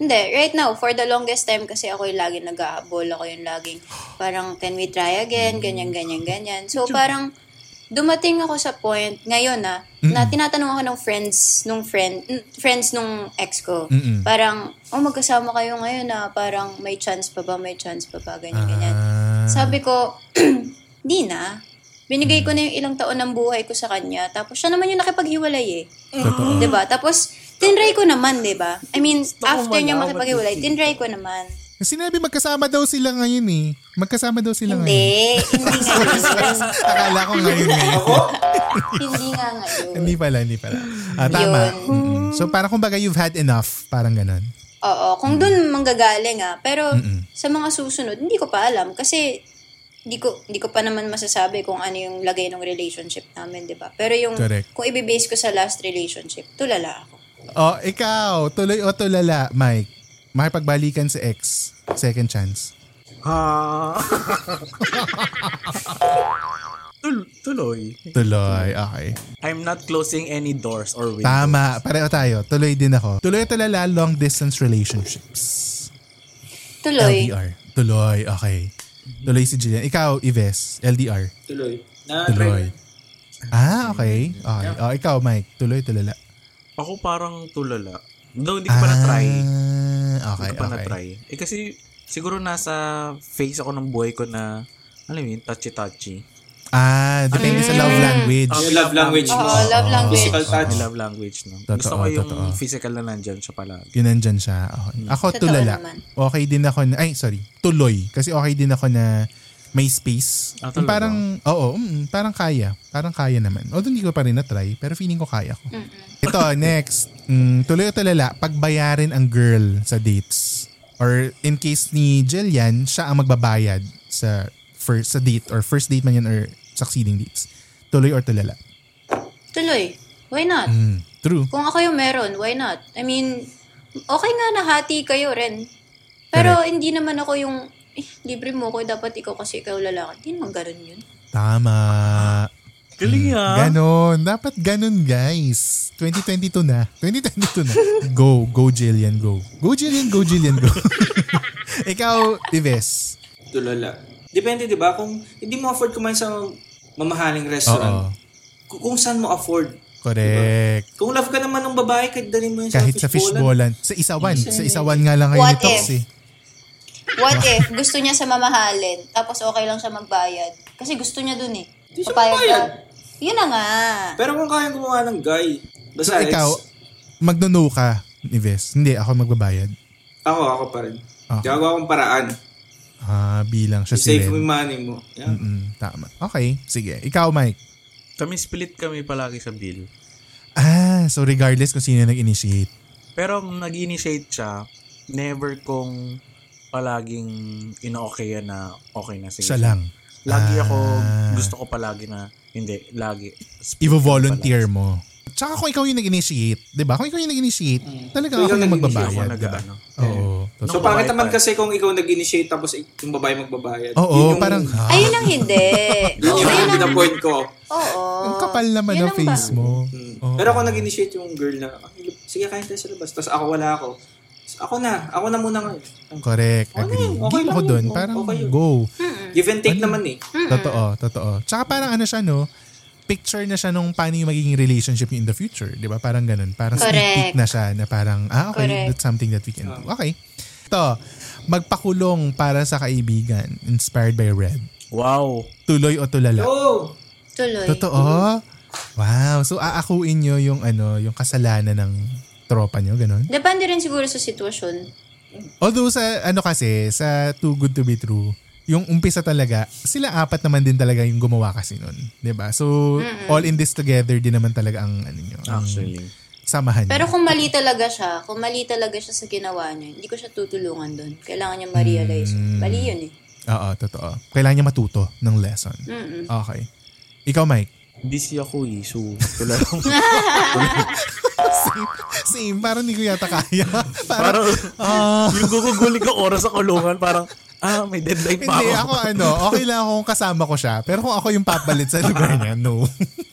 Hindi, right now, for the longest time kasi ako yung laging nag-aabol, ako yung laging parang can we try again, ganyan, ganyan, ganyan. So parang dumating ako sa point ngayon na, na tinatanong ako ng friends nung friend n- friends nung ex ko. Mm-mm. Parang, oh magkasama kayo ngayon na parang may chance pa ba, may chance pa ba, ganyan, ganyan. Ah. Sabi ko, [clears throat] di na. Binigay ko na yung ilang taon ng buhay ko sa kanya. Tapos siya naman yung nakipaghiwalay eh. Totoo. 'Di ba? Tapos tinry ko naman, 'di ba? I mean, after niya wala, makipaghiwalay, what the- tinry ko naman. Sinabi magkasama daw sila ngayon eh. Magkasama daw sila ngayon. [laughs] Hindi, hindi nga ngayon. Akala ko ngayon eh. hindi nga ngayon. hindi pala, hindi pala. Ah, tama. Mm-mm. So parang kumbaga you've had enough. Parang ganun. Oo, kung doon manggagaling ah. Pero sa mga susunod, hindi ko pa alam kasi hindi ko hindi ko pa naman masasabi kung ano yung lagay ng relationship namin, 'di ba? Pero yung Correct. kung ibibase ko sa last relationship, tulala ako. Oh, ikaw, tuloy o tulala, Mike. Makipagbalikan sa ex. Second chance. Ah. [laughs] Tul- tuloy. Tuloy, okay. I'm not closing any doors or windows. Tama, pareho tayo. Tuloy din ako. Tuloy o tulala, long distance relationships. Tuloy. LDR. Tuloy, okay. Tuloy si Jillian. Ikaw, Ives, LDR. Tuloy. Na, Tuloy. Ah, okay. Okay. Oh, ikaw, Mike. Tuloy, tulala. Ako parang tulala. Though hindi ko pa na-try. okay, hindi ko pa Ah, okay. na-try. Eh kasi siguro nasa phase ako ng buhay ko na, alam mo yun, touchy-touchy. Ah, depende sa love language. Ah, Oo, love Ah, language. Physical Oo. touch. Love language. No? Gusto Totoo, ko yung totoo. physical na nandyan siya palagi. Yun nandyan siya. Ako, ako Totoo tulala. naman. Okay din ako na, ay sorry, tuloy. Kasi okay din ako na may space. Ah, Yung talaga? parang, oo, mm, parang kaya. Parang kaya naman. Although hindi ko pa rin na-try, pero feeling ko kaya ko. [laughs] Ito, next. Mm, tuloy o tulala, pagbayarin ang girl sa dates. Or in case ni Jillian, siya ang magbabayad sa first sa date or first date man yan or succeeding dates. Tuloy or tulala. Tuloy. Why not? Mm, true. Kung ako yung meron, why not? I mean, okay nga nahati kayo rin. Pero hindi naman ako yung, eh, libre mo ako, dapat ikaw kasi ikaw lalaki. Hindi naman ganun yun. Tama. Galing ah. Ganon. Dapat ganon guys. 2022 na. 2022 na. go. Go Jillian, go. Go Jillian, go Jillian, go. [laughs] Ikaw, Ives. Tulala. Depende, di ba? Kung hindi mo afford kumain sa mamahaling restaurant, ku- kung saan mo afford. Correct. Kung love ka naman ng babae, kahit dalhin mo yun Kahit sa sa fishbowlan. fishbowlan. Sa isawan. Yes, Sa eh. isawan nga lang kayo ni What Tox if? eh. What if gusto niya sa mamahalin, tapos okay lang siya magbayad? Kasi gusto niya dun eh. Hindi siya magbayad. Yun na nga. Pero kung kaya gumawa ng guy, So basta ikaw, it's- magnuno ka, Ives. Hindi, ako magbabayad. ako, ako pa rin. Okay. Gagawa akong paraan. Ah, bilang siya si Save mo Ren. yung money mo. Yeah. Mm-mm, tama. Okay, sige. Ikaw, Mike. Kami split kami palagi sa bill. Ah, so regardless kung sino nag-initiate. Pero nag-initiate siya, never kong palaging ino-okayan na okay na sige. Siya lang. Lagi ako, Ah. gusto ko palagi na, hindi, lagi. Ivo-volunteer mo. Tsaka kung ikaw yung nag-initiate, di ba? Kung ikaw yung nag-initiate, talaga So, ako Mm. ikaw yung nag-initiate, magbabayad. di ako ba? nag-ano. Oo. So, totoo. pangit naman kasi kung ikaw nag-initiate tapos yung babae magbabayad. Yun Oo, parang, ha? Ayun ang hindi. [laughs] Yun yung pinapoint ko. Oo. Ang kapal naman Yun ang ang face ba- mo. Oo. Pero ako nag-initiate yung girl na, "Ah, sige, kain tayo sa labas. Tapos ako wala ako. Tapos Ako na. Ako na muna ngayon. Correct. okay Agree. Game lang ako yun. dun. Oo, Parang okay yun. go. Give and take naman eh. Totoo, totoo. Tsaka parang ano siya, no? Picture na siya nung paano yung magiging relationship niyo in the future. Di ba? Parang ganun. Parang sneak Correct. peek na siya na parang, ah, okay, Correct. that's something that we can Oh. do. Okay. Ito, magpakulong para sa kaibigan. Inspired by Red. Wow. Tuloy o tulala? Oh! Tuloy. Totoo? Wow. So, aakuin nyo yung, ano, yung kasalanan ng tropa nyo, ganun? Depende rin siguro sa sitwasyon. Although sa, ano kasi, sa Too Good To Be True, yung umpisa talaga, sila apat naman din talaga yung gumawa kasi nun. 'Di ba So, all in this together din naman talaga ang, ano nyo, ang Actually. [laughs] samahan nyo. Pero kung mali talaga siya, kung mali talaga siya sa ginawa niya, hindi ko siya tutulungan doon. Kailangan niya ma-realize. Mali yun eh. Oo, totoo. Kailangan niya matuto ng lesson. Mm-mm. Okay. Ikaw, Mike. [laughs] Busy ako eh, so tulala mo. Same, parang hindi ko yata kaya. [laughs] parang, Ah. yung gugugulig ang oras sa kulungan, parang, ah, may deadline pa Hindi, ako ano, okay lang ako kung kasama ko siya. Pero kung ako yung papalit sa lugar niya, no. [laughs]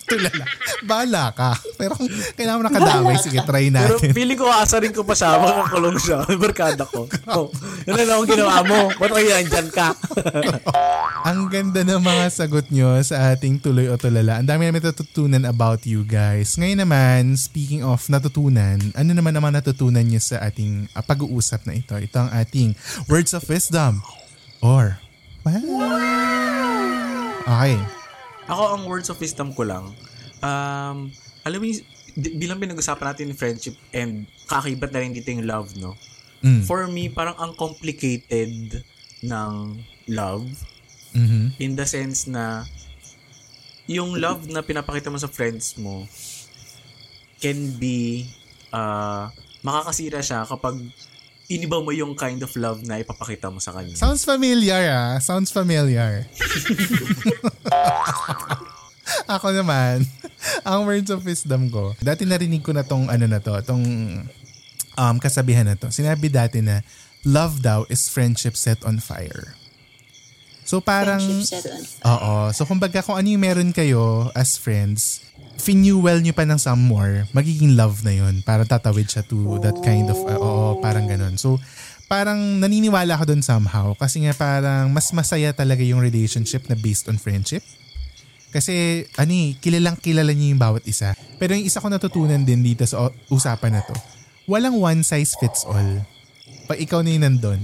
Tulala. Bala ka. Pero kung kailangan mo nakadamay, Bahala sige, try [laughs] Pero natin. feeling ko aasarin ko pa siya, makakulong siya, barkada ko. Oh, yun na lang ang ginawa mo. Ba't kayo andyan ka? Ang ganda ng mga sagot nyo sa ating tuloy o tulala. Ang dami namin natutunan about you guys. Ngayon naman, speaking of natutunan, ano naman naman natutunan nyo sa ating ah, pag-uusap na ito? Ito ang ating words of wisdom or wow. Okay. Ako, ang words of wisdom ko lang, um, alam mo, yung- di- bilang pinag-usapan natin yung friendship and kakibat na rin dito yung love, no? Mm. For me, parang ang complicated ng love Mhm. in the sense na yung love na pinapakita mo sa friends mo can be uh, makakasira siya kapag iniba mo yung kind of love na ipapakita mo sa kanya. Sounds familiar ah. Sounds familiar. [laughs] Ako naman, [laughs] ang words of wisdom ko, dati narinig ko na tong ano na to, tong um, kasabihan na to. Sinabi dati na, love daw is friendship set on fire. So parang, Friendship set on fire. oo. So kumbaga kung ano yung meron kayo as friends, finewell nyo pa ng some more, magiging love na yun. Parang tatawid siya to that kind of, uh, oo, parang ganun. So parang naniniwala ako dun somehow kasi nga parang mas masaya talaga yung relationship na based on friendship. Kasi ano eh, kilalang kilala niyo yung bawat isa. Pero yung isa ko natutunan din dito sa o- usapan na to, walang one size fits all. Pag ikaw na yun nandun,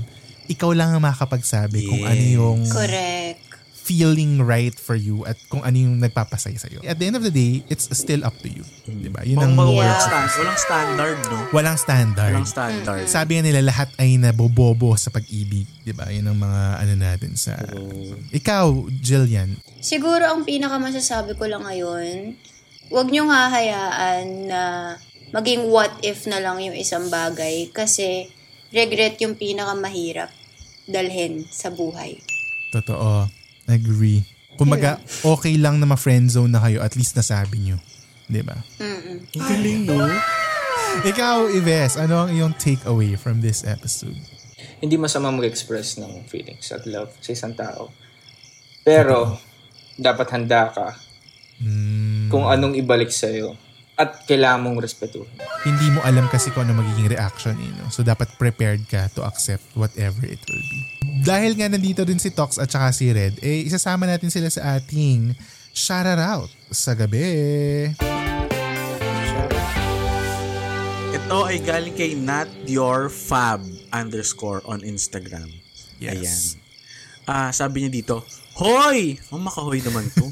ikaw lang ang makakapagsabi kung ano yung Correct. feeling right for you at kung ano yung nagpapasaya sa'yo. At the end of the day, it's still up to you. Hmm. Di ba? Yun ang Pang mga walang, Yeah. stand, walang standard, no? walang standard. Walang standard. Sabi nga nila lahat ay nabobobo sa pag-ibig. Di ba? Yun ang mga ano natin sa... Ikaw, Jillian. Siguro ang pinaka masasabi ko lang ngayon, huwag niyong hahayaan na maging what if na lang yung isang bagay kasi regret yung pinaka mahirap dalhin sa buhay. Totoo. Agree. Kumaga, okay lang na ma-friendzone na kayo. At least nasabi nyo. Di ba? Ang galing, no? Ikaw, Ives, ano ang iyong takeaway from this episode? Hindi masama mag-express ng feelings at love sa isang tao. Pero, dapat handa ka kung anong ibalik sa'yo at kailangan mong respetuhin. Hindi mo alam kasi kung ano magiging reaction eh, no? So dapat prepared ka to accept whatever it will be. Dahil nga nandito din si Tox at saka si Red, eh isasama natin sila sa ating Shoutout Out sa gabi. Ito ay galing kay Not Your Fab underscore on Instagram. Yes. Ayan. Ah, sabi niya dito, Hoy! Ang makahoy naman to.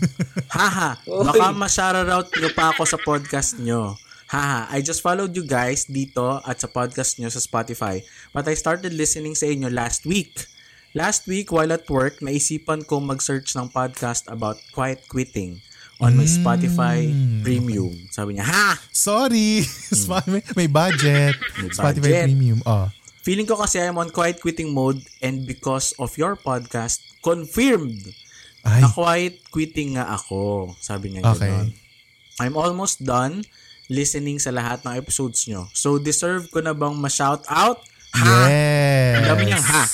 Haha, baka masyararout niyo pa ako sa podcast niyo. Haha, I just followed you guys dito at sa podcast niyo sa Spotify. But I started listening sa inyo last week. Last week, while at work, naisipan ko mag-search ng podcast about quiet quitting on my Spotify Premium. Sabi niya, ha! Sorry! [laughs] Sp- may, may budget. Spotify budget. Premium. Oh. Feeling ko kasi I'm on quiet quitting mode and because of your podcast, confirmed Ay, na quiet quitting nga ako. Sabi niya Okay. gano'n. I'm almost done listening sa lahat ng episodes nyo. So, deserve ko na bang ma-shout out? Ha! yes! Ang dami niyang ha!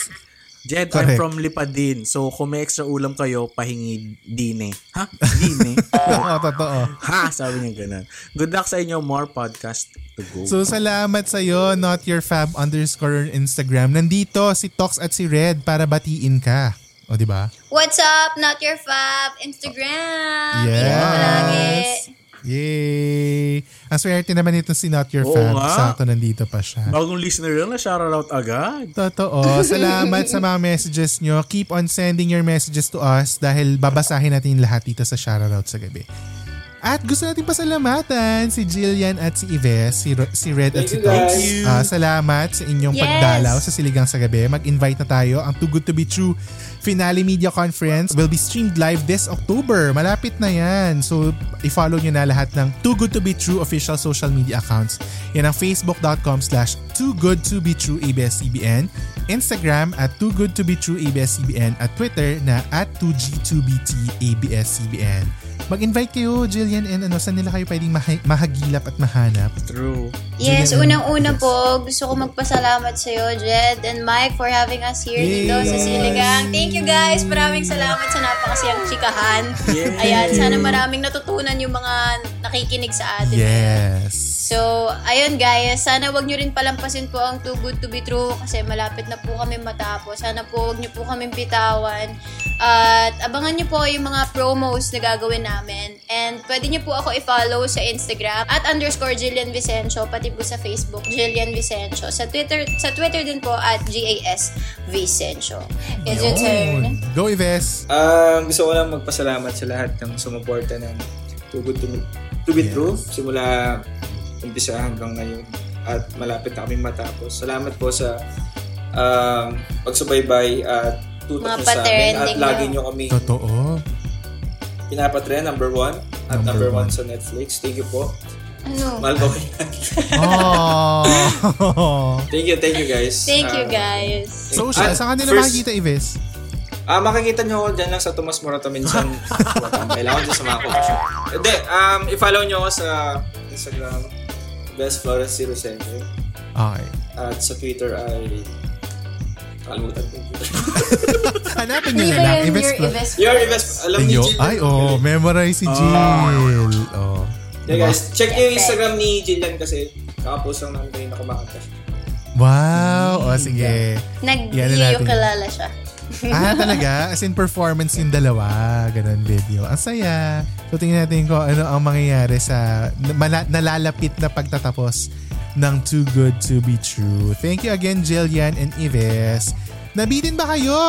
Jed, Correct. I'm from Lipadin. So, kung may extra ulam kayo, pahingi dine. [laughs] Ha? Dine? [laughs] Oo, totoo. ha! Sabi niya gano'n. Good luck sa inyo. More podcast to go. So salamat sa iyo, not your fab underscore Instagram. Nandito si Tox at si Red para batiin ka. O, di ba? What's up? Not your fab. Instagram. Yes. Ingat palagi. Yes! Yay! Ang swerte naman nito si Not Your Oo Fab. nga. Sakto nandito pa siya. Bagong listener lang na shout out agad. Totoo. Salamat sa mga messages nyo. Keep on sending your messages to us dahil babasahin natin lahat dito sa shoutout sa gabi. At gusto natin pasalamatan si Jillian at si Ives, si, Ro- si Red at si Thank you, guys. Tox. Ah, salamat sa inyong Yes. pagdalaw sa Siligang sa Gabi. Mag-invite na tayo. Ang Too Good To Be True Finale Media Conference will be streamed live this October. Malapit na yan. So, i-follow nyo na lahat ng Too Good To Be True official social media accounts. Yan ang facebook.com slash Too Good To Be True ABS-CBN Instagram at Too Good To Be True ABS-CBN at Twitter na at 2G2BT ABS-CBN. Mag-invite kayo, Jillian, and ano, saan nila kayo pwedeng maha- mahagilap at mahanap? True. Yes, Jillian, unang-una yes. po, gusto ko magpasalamat sa iyo, Jed and Mike, for having us here Yay! dito sa Siligang. Thank you guys! Maraming salamat sa napakasiyang chikahan. Yay! Ayan, sana maraming natutunan yung mga nakikinig sa atin. Yes. So, ayun guys, sana wag nyo rin palampasin po ang Too Good To Be True kasi malapit na po kami matapos. Sana po wag nyo po kami bitawan. At abangan nyo po yung mga promos na gagawin namin. And pwede nyo po ako i-follow sa Instagram at underscore Jillian Vicencio, pati po sa Facebook, Jillian Vicencio. Sa Twitter, sa Twitter din po at GAS Vicencio. It's your turn. Yun. Go, Ives! Um, gusto ko lang magpasalamat sa lahat ng sumuporta ng Too Good To, to Be True simula umpisa hanggang ngayon at malapit na kaming matapos. Salamat po sa um, pagsubaybay at Mga tutok niyo sa amin at patrending lagi nyo. niyo kami [laughs] Totoo. pinapatrend number one at number, Number one. one. sa Netflix. Thank you po. Ano? Mahal ko kayo. [laughs] Ah. Oh. thank you, thank you guys. Thank you Ah, guys. Social, Ah, saan kanila first- makikita, Ives? Ah, makikita nyo ako dyan lang sa Tomas Morato [laughs] minsan. Kailangan dyan sa mga coach. Hindi, um, i-follow nyo ako sa Instagram, Best Flores 07. Okay. At sa Twitter ay... Kalimutan ko. [laughs] Hanapin nyo Hindi na ba lang. yun Ives your Flo- Ives Your Best, alam ni Ayun. Jill. Ay, oh, memorize si Jill. Oh. Yeah, guys, check nyo yung Instagram ni Jillian kasi kakapost lang namin kayo na kumakanta. Wow. O, sige. Yan na natin. Nag-ukulala siya. [laughs] Ah, talaga? As in performance yung dalawa. Ganon video. Ang saya. So, tingnan natin kung ano ang mangyayari sa mala- nalalapit na pagtatapos ng Too Good To Be True. Thank you again, Jillian and Ives. Nabitin ba kayo?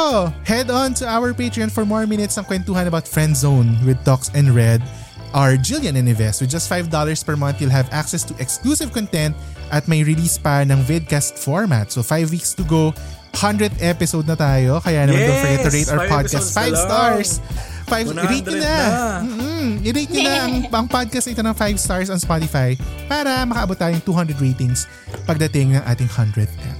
Head on to our Patreon for more minutes ng kwentuhan about Friend Zone with Talks and Red are Jillian and Ives. With just $5 per month, you'll have access to exclusive content at may release pa ng vidcast format. So, 5 weeks to go. 100th episode na tayo. Kaya naman don't Yes! forget to rate our Five podcast 5 episodes na lang. stars. 5 100 rate nyo na. na. Mm-mm. I-rate nyo na ang, ang podcast na ito ng 5 stars on Spotify para makaabot tayong 200 ratings pagdating ng ating 100th app.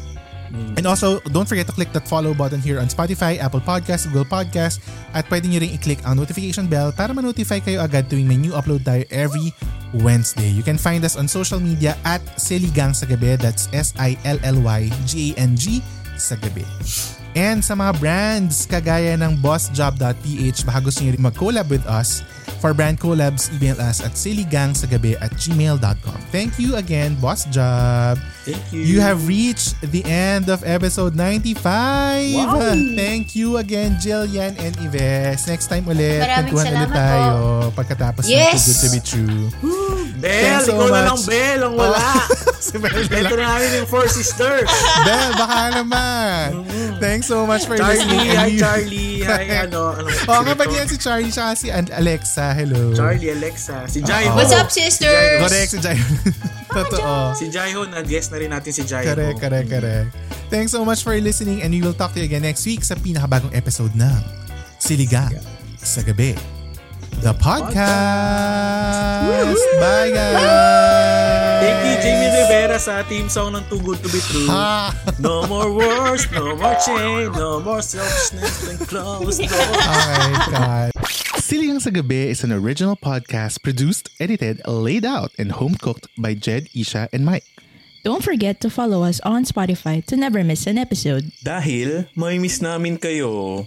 And also, don't forget to click that follow button here on Spotify, Apple Podcasts, Google Podcasts, at pwede nyo rin i-click ang notification bell para ma-notify kayo agad tuwing may new upload tayo every Wednesday. You can find us on social media at Siligang sa Gabi. That's S-I-L-L-Y-G-A-N-G sa Gabi. And sa mga brands, kagaya ng bossjob.ph, baka gusto nyo rin mag-collab with us. For brand collabs, email us at siligangsagabi at gmail.com. Thank you again, Boss Job. Thank you. You have reached the end of episode 95. Wow. Thank you again, Jillian and Ives. Next time ulit, Maraming kwentuhan ulit salamat tayo pagkatapos ng Too Yes! Good To Be [laughs] True. Bell, Thanks so ikaw na lang, much. Bell. Ang wala. [laughs] Si Bel na Ito lang. Ah, na namin yung Four Sisters. Bel, baka naman. Thanks so much for listening. Charlie, And hi you- Charlie. Hi, ano. ano Oh, kapag yan si Charlie siya si An- Alexa. Hello. Charlie, Alexa. Si Ah. Jaiho. What's up, sisters? Correct si Jai. [laughs] Totoo. Si Jaiho, na-guess na rin natin si Jaiho. Correct, correct, correct. Thanks so much for listening and we will talk to you again next week sa pinakabagong episode ng Siligang sa Gabi. The podcast! Bye, guys! Thank you, Jamie Rivera, sa team song ng Too Good To Be True. Ha! No more wars, no more chain, no more selfishness and closed doors. Alright, God. Siligang sa Gabi is an original podcast produced, edited, laid out, and home-cooked by Jed, Isha, and Mike. Don't forget to follow us on Spotify to never miss an episode. Dahil, may miss namin [laughs] kayo.